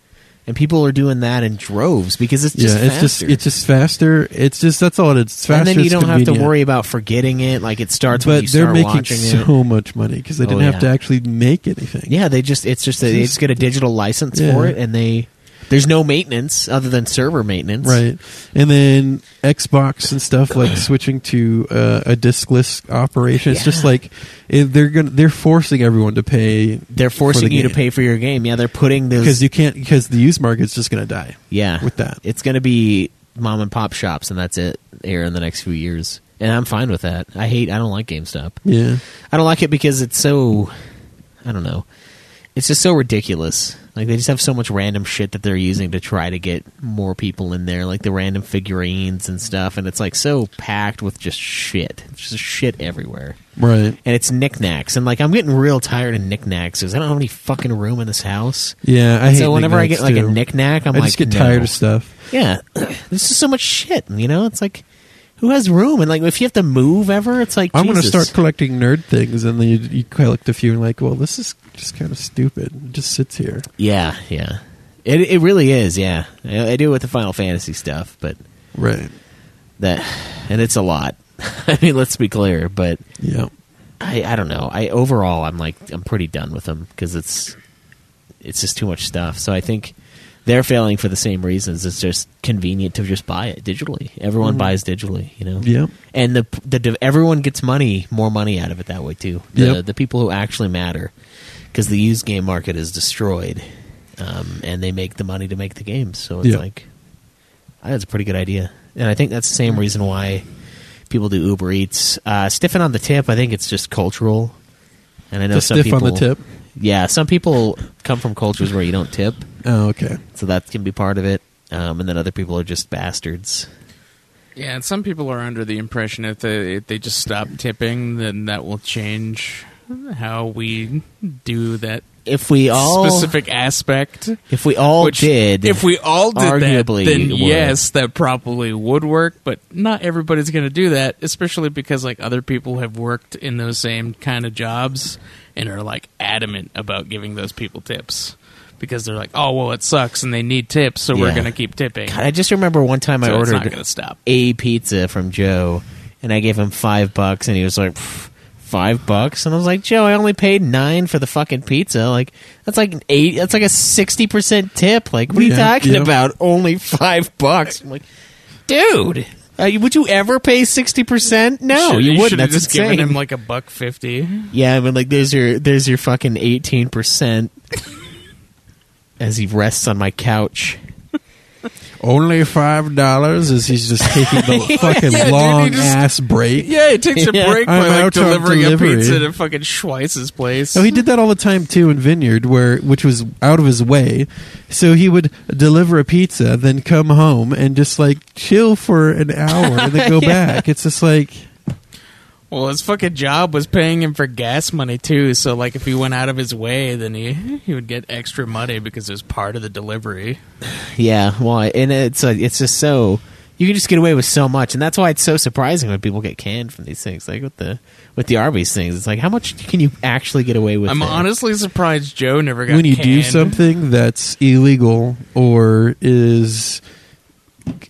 D: And people are doing that in droves because it's just
F: yeah, it's just
D: faster.
F: it's just faster. It's just that's all it is. It's faster.
D: and then you
F: it's
D: don't have to
F: convenient.
D: worry about forgetting it. Like it starts when
F: But
D: you
F: they're
D: start
F: making
D: watching it.
F: so much money because they
D: Oh,
F: didn't have to
D: yeah.
F: actually make anything.
D: Yeah, they just it's just that they just get a digital license
F: Yeah.
D: for it, and they there's no maintenance other than server maintenance.
F: Right, and then Xbox and stuff like switching to uh, a diskless operation. It's just
D: Yeah.
F: like eh, they're gonna they're forcing everyone to pay.
D: They're forcing
F: the
D: you to
F: game.
D: pay for your game. Yeah, they're putting those
F: because you can't because the used market's just gonna die.
D: Yeah.
F: with that.
D: It's going to be mom and pop shops, and that's it here in the next few years. And I'm fine with that. I hate, I don't like GameStop.
F: yeah,
D: I don't like it because it's so, I don't know. It's just so ridiculous. Like they just have so much random shit that they're using to try to get more people in there, like the random figurines and stuff. And it's like so packed with just shit, It's just shit everywhere.
F: Right.
D: And it's knickknacks, and like I'm getting real tired of knickknacks because I don't have any fucking room in this house.
F: Yeah, I hate
D: so whenever I get
F: knickknacks,
D: like a
F: too.
D: knickknack, I'm
F: I
D: like,
F: just get
D: "No."
F: tired of stuff.
D: Yeah, this is so much shit. You know, it's like who has room? And like if you have to move ever, it's like
F: I'm going to
D: Jesus.
F: start collecting nerd things, and then you, you collect a few, and like, well, this is just kind of stupid. It just sits here.
D: Yeah, yeah. It it really is. Yeah, I, I do it with the Final Fantasy stuff, but
F: Right.
D: that and it's a lot. I mean, let's be clear, but
F: Yeah.
D: I I don't know. I overall I'm like I'm pretty done with them because it's it's just too much stuff. So I think they're failing for the same reasons. It's just convenient to just buy it digitally. Everyone buys digitally, you know.
F: Mm-hmm. Yep.
D: And the the dev- everyone gets money, more money out of it that way too. The
F: Yep.
D: the people who actually matter because the used game market is destroyed, um, and they make the money to make the games. So it's
F: Yep.
D: like I think that's a pretty good idea, and I think that's the same reason why people do Uber Eats. Uh, stiffing on the tip, I think it's just cultural, and I know
F: Just
D: some
F: stiff on
D: people.
F: the tip?
D: Yeah, some people come from cultures where you don't tip,
F: Oh, okay.
D: so that can be part of it. Um, and then other people are just bastards.
E: Yeah, and some people are under the impression if they if they just stop tipping, then that will change how we do that
D: If we all
E: specific aspect.
D: if we all
E: Which,
D: did,
E: if we all did
D: arguably
E: that, then
D: would.
E: yes, that probably would work. But not everybody's going to do that, especially because like other people have worked in those same kind of jobs and are like adamant about giving those people tips because they're like, oh well, it sucks, and they need tips, so we're
D: Yeah.
E: going to keep tipping.
D: God, I just remember one time I
E: so it's not
D: ordered
E: going to stop.
D: a pizza from Joe, and I gave him five bucks, and he was like, "Pff, five bucks, and I was like, Joe, I only paid nine for the fucking pizza. Like that's like an eight. That's like a sixty percent tip. Like what are you
F: Yeah,
D: talking
F: yeah.
D: about? Only five bucks. I'm like, dude. Uh, you- would you ever pay sixty percent? No,
E: Should-
D: you
E: should
D: wouldn't.
E: have
D: That's
E: just
D: insane.
E: given him like a buck fifty.
D: yeah, I mean, like there's your there's your fucking eighteen percent as he rests on my couch.
F: Only five dollars is he's just taking the fucking
E: dude, he
F: long
E: just-
F: ass break.
E: Yeah, it takes a
D: Yeah.
E: break by
F: I'm
E: like
F: out on
E: delivering
F: delivery.
E: a pizza to fucking Schweiss's place.
F: So he did that all the time too in Vineyard, where which was out of his way. So he would deliver a pizza, then come home and just like chill for an hour, and then go back. It's just like
E: well, his fucking job was paying him for gas money too. So like, if he went out of his way, then he he would get extra money because it was part of the delivery.
D: Yeah, well, and it's like it's just so you can just get away with so much, and that's why it's so surprising when people get canned from these things, like with the with the Arby's things. It's like how much can you actually get away with?
E: I'm
D: there?
E: honestly surprised Joe never got
F: when you do
E: canned.
F: something that's illegal or is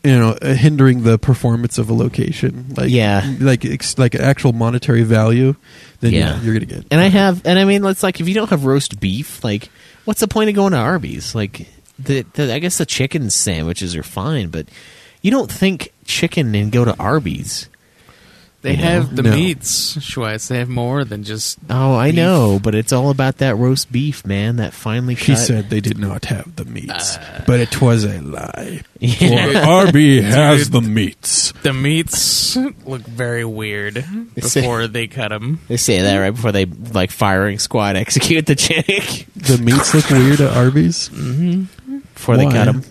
F: you know uh, hindering the performance of a location like
D: Yeah.
F: like ex- like actual monetary value then yeah,
D: Yeah.
F: you're gonna get
D: And I have, and I mean, it's like if you don't have roast beef, like what's the point of going to Arby's? Like the, the I guess the chicken sandwiches are fine, but you don't think chicken and go to Arby's.
E: they
D: you know,
E: have the
F: no.
E: meats, Schweiss. They have more than just.
D: Oh, I
E: Beef.
D: know, but it's all about that roast beef, man. That finely
F: she
D: cut.
F: said they did not have the meats but it was a lie
D: Yeah.
F: for arby has the meats
E: The meats look very weird before they cut them.
D: They say that right before they like firing squad execute the chick
F: the meats look weird at arby's
D: before they
F: Why?
D: cut him.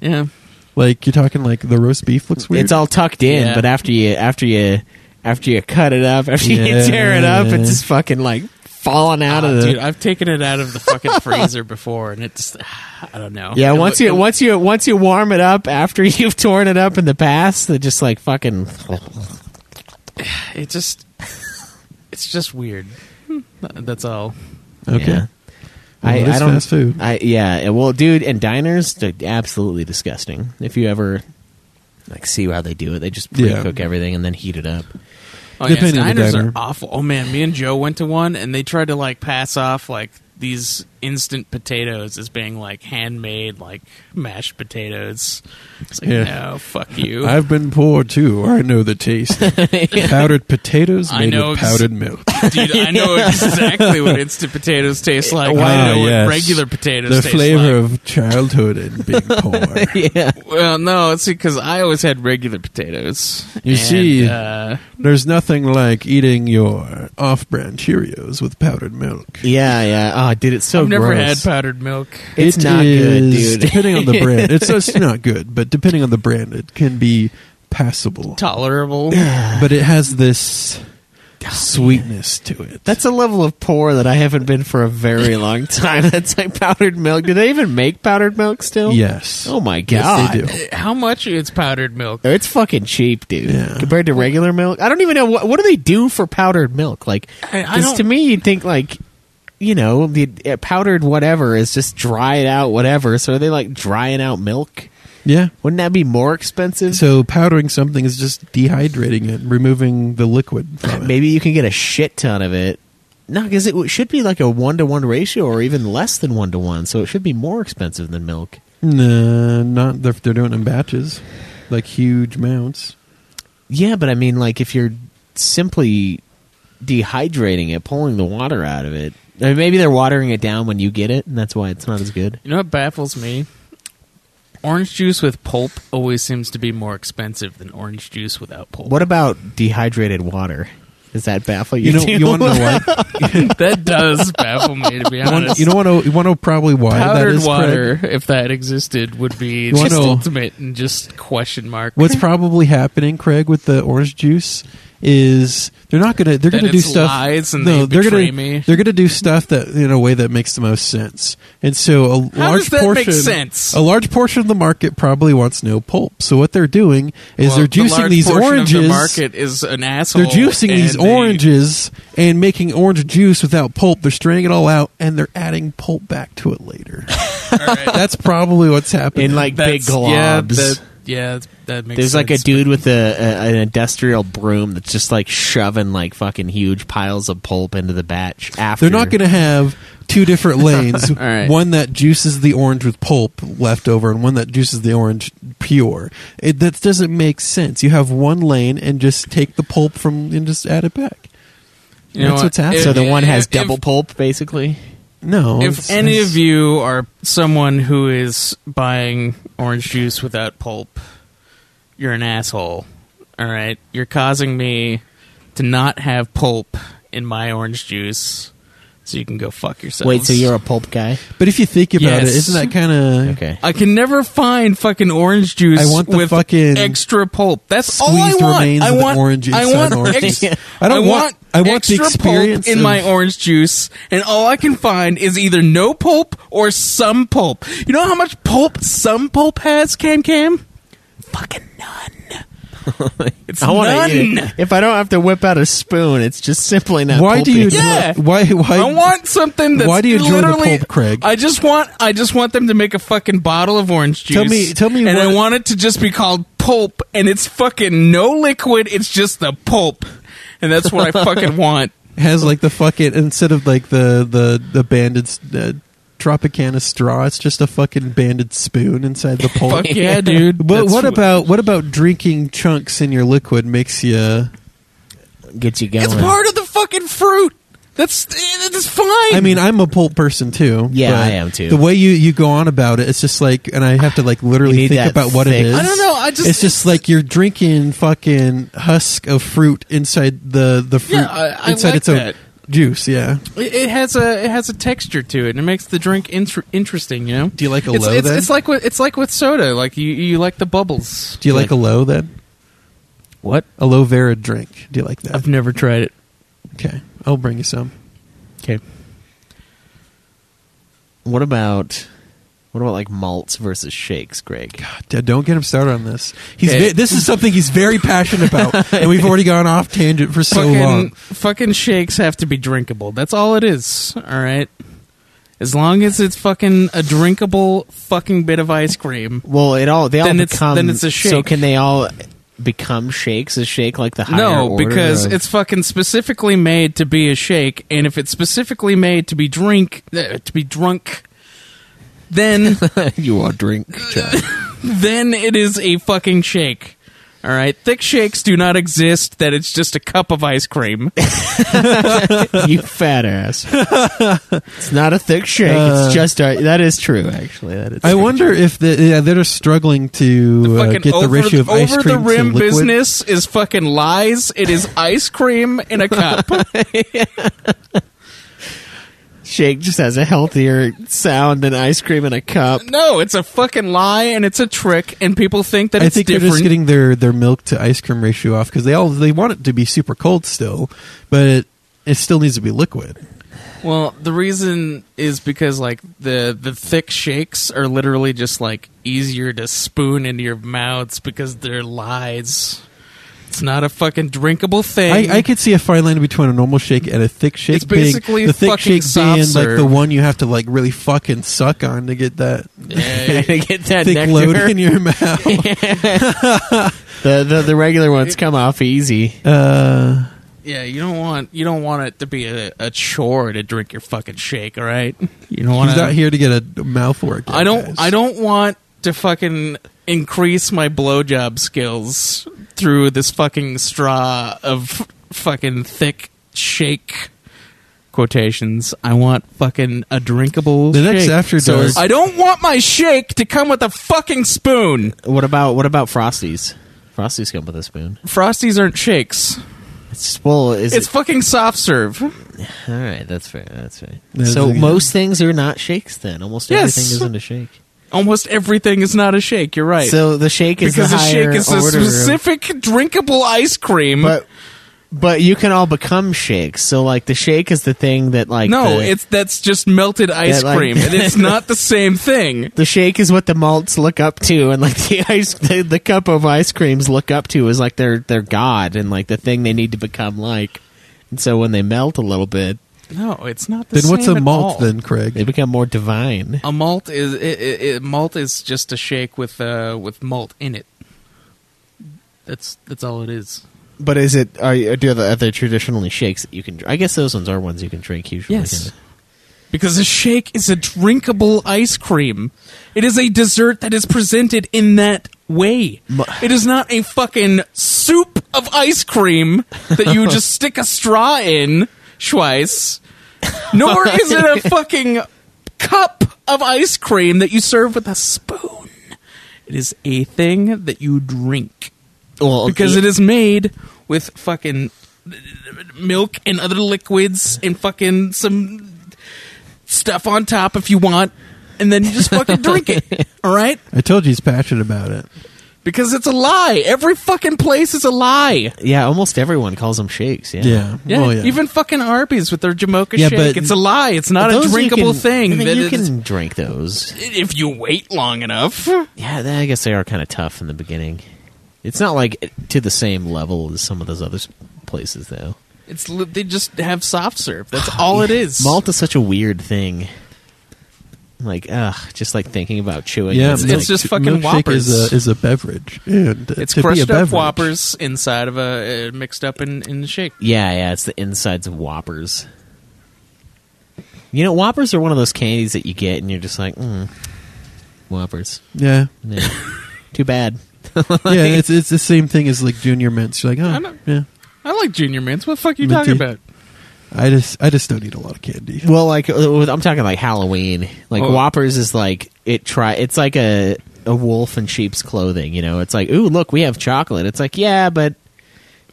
E: Yeah.
F: like you're talking like the roast beef looks weird
D: It's all tucked in,
E: Yeah.
D: but after you after you after you cut it up, after you
F: Yeah.
D: tear it up, it's just fucking like falling out
E: Ah,
D: of the.
E: dude, I've taken it out of the fucking freezer before, and it's I don't know.
D: yeah,
E: It
D: once
E: loo-
D: you once you once you warm it up after you've torn it up in the past, they're just like fucking.
E: it, just it's just weird. That's all.
F: okay
D: Yeah.
F: Well, it is fast food.
D: I yeah. Well, dude, and diners they're absolutely disgusting. If you ever like see how they do it, they just
F: Yeah.
D: pre-cook everything and then heat it up.
E: Oh, yeah,
F: Depending on the
E: diners
F: diner.
E: are awful. Oh man, me and Joe went to one, and they tried to like pass off like these instant potatoes as being like handmade like mashed potatoes. It's like
F: Yeah.
E: no, fuck you.
F: I've been poor too. I know the taste. Powdered potatoes
E: I
F: made
E: know
F: with
E: ex-
F: powdered milk.
E: Dude, I know exactly what instant potatoes taste like. I
F: Ah,
E: know what
F: yes.
E: regular potatoes
F: The
E: taste like.
F: flavor of childhood and being poor.
E: Well, no, it's because I always had regular potatoes.
F: You
E: And,
F: see.
E: uh,
F: There's nothing like eating your off-brand Cheerios with powdered milk.
D: Yeah, yeah. Oh, dude, it's so
E: I've never
F: gross.
E: had powdered milk.
D: It's
F: It
D: not good,
F: is-
D: dude.
F: depending on the brand, it's, it's not good, but depending on the brand, it can be passable.
E: Tolerable.
F: But it has this sweetness to it.
D: That's a level of pour that I haven't been for a very long time. That's like powdered milk. Do they even make powdered milk still?
F: yes.
D: Oh my
F: Yes,
D: god.
F: they do.
E: How much is powdered milk?
D: It's fucking cheap, dude.
F: Yeah.
D: Compared to regular milk, I don't even know what what do they do for powdered milk. Like,
E: I- I
D: 'cause
E: don't-
D: to me, you'd think like, you know, the uh, powdered whatever is just dried out whatever. So are they like drying out milk?
F: Yeah.
D: Wouldn't that be more expensive?
F: So powdering something is just dehydrating it, removing the liquid from it.
D: Maybe you can get a shit ton of it. No, because it should be like a one to one ratio or even less than one to one. So it should be more expensive than milk.
F: No, not if they're doing it in batches, like huge amounts.
D: Yeah, but I mean, like if you're simply dehydrating it, pulling the water out of it. I mean, maybe they're watering it down when you get it, and that's why it's not as good.
E: You know what baffles me? Orange juice with pulp always seems to be more expensive than orange juice without pulp.
D: What about dehydrated water? Does that baffle you?
F: You know,
D: too?
F: you want to know why?
E: that does baffle me to be honest.
F: You know want to you want to know probably why that
E: powdered
F: is Craig?
E: water, if that existed, would be
F: wanna
E: just
F: know-
E: ultimate and just question mark.
F: What's probably happening, Craig, with the orange juice is they're not gonna they're
E: That
F: gonna do
E: it's
F: stuff.
E: lies and
F: no,
E: they
F: are
E: betray
F: gonna
E: me.
F: they're gonna do stuff that in a way that makes the most sense. And so a
E: How does
F: large
E: that make
F: portion
E: sense?
F: a large portion of the market probably wants no pulp. So what they're doing is
E: Well,
F: they're
E: the
F: juicing
E: large
F: these
E: portion of
F: oranges.
E: The market is an asshole.
F: They're juicing
E: and
F: these
E: they-
F: oranges and making orange juice without pulp. They're straining it all out and they're adding pulp back to it later. That's probably what's happening.
D: in like big
E: That's- Yeah,
D: globs.
E: that, yeah, that makes.
D: There's like a
E: sense.
D: dude with a, a an industrial broom that's just like shoving like fucking huge piles of pulp into the batch. After
F: they're not going to have two different lanes.
E: right.
F: One that juices the orange with pulp left over, and one that juices the orange pure. It, that doesn't make sense. You have one lane and just take the pulp from and just add it back.
E: You know
F: That's
E: what?
F: what's happening.
E: If-
D: So the one has
E: if-
D: double pulp, basically.
F: No,
E: If
F: it's-
E: any
F: it's-
E: of you are someone who is buying orange juice without pulp, you're an asshole. All right, you're causing me to not have pulp in my orange juice, so you can go fuck yourselves.
D: Wait, so you're a pulp guy?
F: but if you think about
E: Yes.
F: it, isn't that kind of
D: Okay.
E: I can never find fucking orange juice
F: I want the
E: with
F: fucking
E: extra pulp. That's all I
F: squeezed
E: want.
F: remains
E: I
F: of the
E: want
F: orange juice
E: I
F: inside
E: want
F: an orange
E: ex-
F: juice. I don't want- I want the
E: extra
F: experience
E: pulp in
F: of-
E: my orange juice, and all I can find is either no pulp or some pulp. You know how much pulp some pulp has, Cam Cam? Fucking none. it's
D: I want to eat
E: none.
D: it. If I don't have to whip out a spoon, it's just simply not.
F: Why do you?
D: pulpy.
E: Yeah.
F: Why? Why?
E: I want something that's
F: Why do you enjoy the
E: literally-
F: pulp, Craig?
E: I just want I just want them to make a fucking bottle of orange juice.
F: Tell me- tell me
E: and I
F: what-
E: want it to just be called pulp, and it's fucking no liquid. It's just the pulp, and that's what I fucking want.
F: has like the fucking instead of like the the the banded uh, Tropicana straw, it's just a fucking banded spoon inside the pulp.
E: Fuck yeah, dude.
F: But
E: That's
F: what about what about drinking chunks in your liquid makes you?
D: Get you going.
E: It's part of the fucking fruit. That's that's fine.
F: I mean, I'm a pulp person too.
D: Yeah,
F: but
D: I am, too.
F: The way you you go on about it, it's just like, and I have to like literally
D: need
F: think
D: that
F: about what
D: thick-
F: it is.
E: I don't know, I just-
F: it's just like you're drinking fucking husk of fruit inside the the fruit
E: Yeah, I- I
F: inside
E: like
F: its own
E: that.
F: juice. Yeah.
E: It it has a it has a texture to it, and it makes the drink inter- interesting. You know.
F: Do you like a
E: it's,
F: low
E: It's,
F: then?
E: it's like with, it's like with soda. Like you you like the bubbles.
F: Do you like, aloe then?
E: What?
F: Aloe vera drink. Do you like that?
E: I've never tried it.
F: Okay, I'll bring you some.
E: Okay.
D: What about what about like malts versus shakes, Greg?
F: Dad, don't get him started on this. He's
E: Okay.
F: ve- this is something he's very passionate about, and we've already gone off tangent for so
E: fucking,
F: long.
E: Fucking shakes have to be drinkable. That's all it is. All right. As long as it's fucking a drinkable fucking bit of ice cream.
D: Well, it all they all
E: Then it's-
D: become.
E: then it's a
D: So
E: shake.
D: can they all become shakes? Is shake like the higher
E: No,
D: order
E: because
D: of-
E: it's fucking specifically made to be a shake, and if it's specifically made to be drink, uh, to be drunk, then
D: you are drink. child.
E: then it is a fucking shake. All right, thick shakes do not exist. That it's just a cup of ice cream.
D: you fat ass. it's not a thick shake.
E: Uh,
D: it's just a, that is true. Actually, that is.
F: I
D: true.
F: wonder if the, yeah, they're struggling to uh,
E: fucking
F: get the
E: over
F: ratio of ice
E: over
F: cream
E: the rim
F: to liquid.
E: business is fucking lies. It is ice cream in a cup.
D: milkshake just has a healthier sound than ice cream in a cup.
E: No, it's a fucking lie and it's a trick, and people think that
F: I
E: it's
F: think
E: different.
F: they're just getting their, their milk to ice cream ratio off because they all they want it to be super cold still, but it, it still needs to be liquid.
E: well, the reason is because like the the thick shakes are literally just like easier to spoon into your mouths because they're lies. It's not a fucking drinkable thing.
F: I, I could see a fine line between a normal shake and a thick shake.
E: It's basically
F: being, the thick
E: fucking
F: shake
E: soft
F: being like
E: serve.
F: the one you have to like really fucking suck on to get that
E: Yeah,
D: Get that
F: thick
D: nectar.
F: load in your mouth.
D: The, the the regular ones come off easy.
F: Uh,
E: yeah, you don't want you don't want it to be a, a chore to drink your fucking shake. All right, you don't want
F: he's
E: to.
F: not here to get a mouth workout.
E: I don't.
F: guys.
E: I don't want to fucking increase my blowjob skills through this fucking straw of fucking thick shake quotations. I want fucking a drinkable.
F: The next
E: shake.
F: after
D: So
F: dark.
D: is-
E: I don't want my shake to come with a fucking spoon.
D: Uh, What about what about frosties? Frosties come with a spoon.
E: Frosties aren't shakes.
D: It's well, is
E: It's
D: it-
E: fucking soft serve.
D: all right. That's fair. That's fair.
F: That's
D: so
F: a-
D: most things are not shakes. Then almost
E: Yes.
D: everything isn't a shake.
E: Almost everything is not a shake. You're right.
D: So the shake is
E: because
D: the
E: a shake
D: higher
E: is a
D: order of-
E: specific drinkable ice cream.
D: but but you can all become shakes. So like the shake is the thing that like
E: No,
D: the,
E: it's that's just melted ice
D: Yeah, like-
E: cream, and it's not the same thing.
D: the shake is what the malts look up to, and like the ice the, the cup of ice creams look up to is like their their god and like the thing they need to become like. And so when they melt a little bit,
E: No, it's not. The
F: then what's
E: same
F: a
E: at
F: malt
E: all.
F: then,
D: they
F: Craig?
D: become more divine.
E: A malt is it, it, it, malt is just a shake with uh with malt in it. That's that's all it is.
D: But is it? Are, you- do the other traditionally shakes that you can? dr- I guess those ones are ones you can drink usually.
E: Yes. Because a shake is a drinkable ice cream. It is a dessert that is presented in that way. It is not a fucking soup of ice cream that you just stick a straw in, Schweiss. Nor is it a fucking cup of ice cream that you serve with a spoon. It is a thing that you drink
D: Well,
E: because it is made with fucking milk and other liquids and fucking some stuff on top if you want and then you just fucking drink it all right
F: I told you he's passionate about it.
E: because it's a lie every fucking place is a lie
D: Yeah, almost everyone calls them shakes. Yeah.
F: Yeah.
E: yeah,
F: Well, yeah.
E: even fucking arby's with their jamocha
F: Yeah,
E: shake
F: but-
E: it's a lie it's not
D: Those
E: a
D: you
E: drinkable
D: can-
E: thing
D: I mean,
E: that
D: you
E: it's-
D: can drink those.
E: if you wait long enough
D: Yeah, they- I guess they are kind of tough in the beginning. It's not like to the same level as some of those other s- places, though.
E: it's li- they just have soft serve that's all it is
D: Malt is such a weird thing. Like, ugh, just like thinking about chewing.
F: Yeah,
D: is,
E: it's
D: like,
E: just fucking
F: milkshake
E: Whoppers.
F: Is a, is a beverage, and uh,
E: it's
F: to be a
E: crushed up
F: beverage-
E: whoppers inside of a uh, mixed up in in shake
D: yeah, yeah. It's the insides of Whoppers. You know, Whoppers are one of those candies that you get, and you're just like, mm, Whoppers.
F: Yeah,
D: Yeah. Too bad.
F: yeah. It's it's the same thing as like junior mints. You're like,
E: I
F: oh,
E: know.
F: yeah.
E: I like Junior Mints. What the fuck are you
F: Me
E: talking
F: too.
E: about?
F: I just I just don't eat a lot of candy.
D: Well, like uh, with- I'm talking like Halloween. Like
E: Oh.
D: Whoppers is like it try. It's like a a wolf in sheep's clothing. You know, it's like ooh look we have chocolate. It's like yeah, but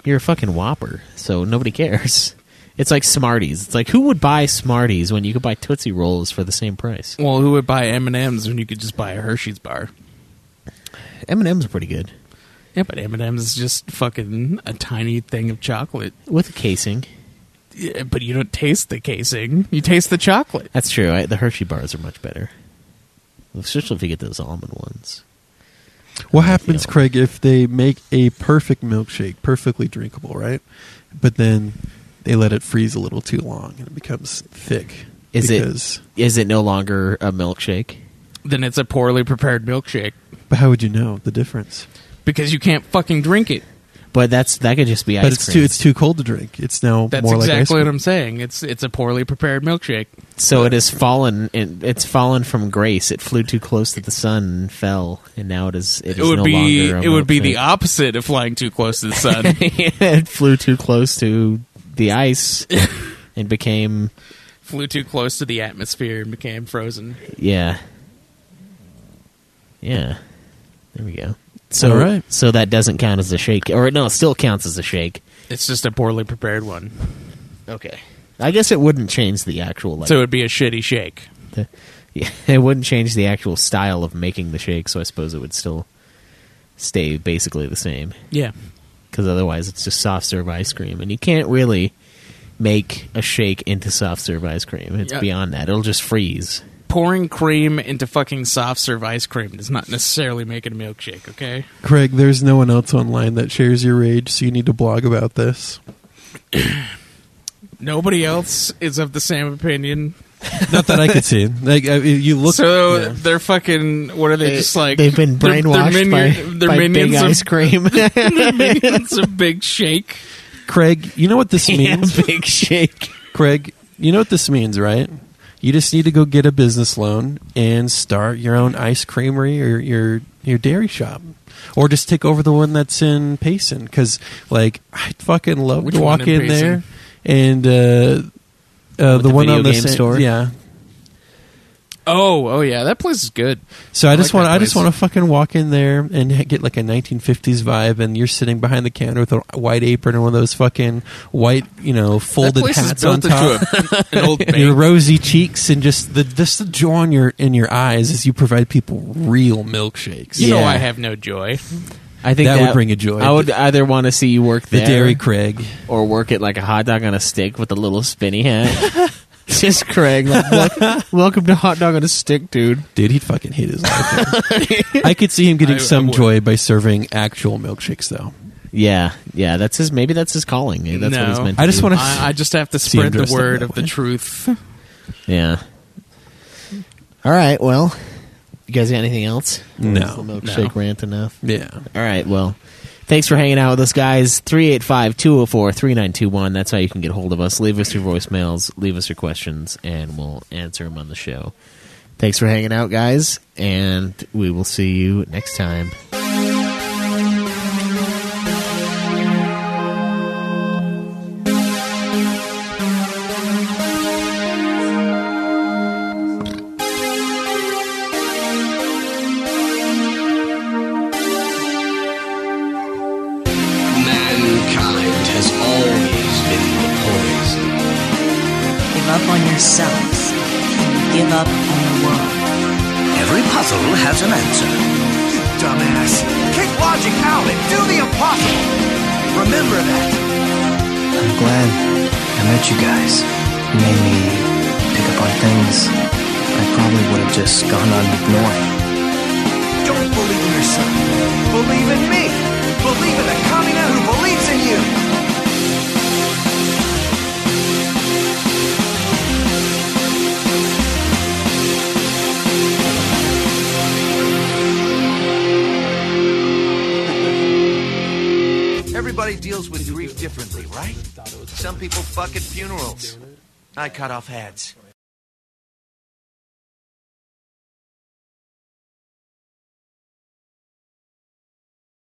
D: you're a fucking Whopper, so nobody cares. It's like Smarties. It's like who would buy Smarties when you could buy Tootsie Rolls for the same price?
E: Well, who would buy M and M's when you could just buy a Hershey's bar?
D: M and M's are pretty good
E: Yeah, but M and M's is just fucking a tiny thing of chocolate.
D: with a casing.
E: Yeah, but you don't taste the casing; you taste the chocolate.
D: That's true. I, the Hershey bars are much better, especially if you get those almond ones.
F: What happens,
D: feel-
F: Craig, if they make a perfect milkshake, perfectly drinkable, right? But then they let it freeze a little too long and it becomes thick.
D: Is it-
F: because,
D: Is it no longer a milkshake?
E: Then it's a poorly prepared milkshake
F: But how would you know the difference?
E: because you can't fucking drink it.
D: But that's that could just be ice
F: but it's
D: cream.
F: too it's too cold to drink. It's now
E: That's
F: more like ice
E: exactly
F: cream.
E: what I'm saying. It's it's a poorly prepared milkshake.
D: So it has fallen. It, it's fallen from grace. It flew too close to the sun and fell, and now it is. It,
E: It
D: is
E: would
D: no
E: be
D: longer a
E: it would be the
D: milkshake.
E: opposite of flying too close to the sun.
D: it flew too close to the ice and became
E: Flew too close to the atmosphere and became frozen.
D: yeah, yeah. There we go. So
F: All right.
D: so that doesn't count as a shake, or no, it still counts as a shake.
E: It's just a poorly prepared one.
D: Okay. I guess it wouldn't change the actual like
E: So it would be a shitty shake.
D: the- yeah, it wouldn't change the actual style of making the shake, so I suppose it would still stay basically the same
E: Yeah.
D: because otherwise it's just soft serve ice cream and you can't really make a shake into soft serve ice cream. It's
E: Yeah.
D: beyond that. It'll just freeze.
E: Pouring cream into fucking soft serve ice cream does not necessarily make it a milkshake, okay?
F: Craig, there's no one else online that shares your rage, so you need to blog about this.
E: Nobody else is of the same opinion.
F: Not that I could see. Like I, you look.
E: so
F: yeah.
E: they're fucking. What are they, just like?
D: They've been
E: they're- they're
D: brainwashed
E: minion-
D: by,
E: they're
D: by
E: minions
D: big
E: of,
D: ice cream.
E: they're minions of Big Shake.
F: Craig, you know what this
D: Yeah,
F: means.
D: big shake.
F: Craig, you know what this means, right? You just need to go get a business loan and start your own ice creamery or your your dairy shop, or just take over the one that's in Payson. Because like I fucking love
E: Which
F: to
E: one
F: walk
E: in
F: in, there
E: Payson?
F: and uh, uh, the,
D: the
F: one
D: video
F: on the
D: game
F: sa-
D: store?
F: Yeah.
E: Oh, oh yeah, that place is good.
F: So I,
E: I
F: just
E: like
F: want
E: that
F: I just
E: place.
F: want to fucking walk in there and ha- get like a 1950s vibe, and you're sitting behind the counter with a white apron and one of those fucking white you know
E: that
F: folded
E: place is
F: hats
E: built
F: on top.
E: into a, an old
F: And your
E: bank.
F: rosy cheeks and just the just the joy in your in your eyes as you provide people real milkshakes.
E: You know
D: Yeah.
E: I have no joy.
D: I think
F: That would bring you joy.
D: I would either want to see you work
F: The
D: there
F: Dairy Craig.
D: or work at like a hot dog on a stick with a little spinny hat. Just Craig, like, wel- welcome to hot dog on a stick, dude.
F: Dude, he'd fucking hate his life. I could see him getting
E: I- I
F: some
E: would.
F: joy by serving actual milkshakes, though.
D: Yeah, yeah. That's his. Maybe that's his calling. Maybe that's
E: no,
D: what he's meant. To
F: I just
D: do.
F: wanna-
E: I, I just have to
F: See him
E: spread the
F: dressed up
E: word
F: that
E: of the
F: way.
E: truth.
D: Yeah. All right. Well, you guys got anything else?
F: No.
D: Is the milkshake rant enough.
F: Yeah.
D: All right. Well, thanks for hanging out with us, guys. 385 204 3921. That's how you can get hold of us. Leave us your voicemails, leave us your questions, and we'll answer them on the show. Thanks for hanging out, guys, and we will see you next time.
I: Mankind has always been the poison.
J: Give up on yourselves and give up on the world.
I: Every puzzle has an answer. You dumbass. Kick logic out and do the impossible. Remember that. I'm glad I met you guys. You made me pick up on things I probably would have just gone on ignoring. Don't believe in yourself. Believe in me. Believe in the commune who believes in you. Everybody deals with grief differently, right? Some people fuck at funerals. I cut off heads.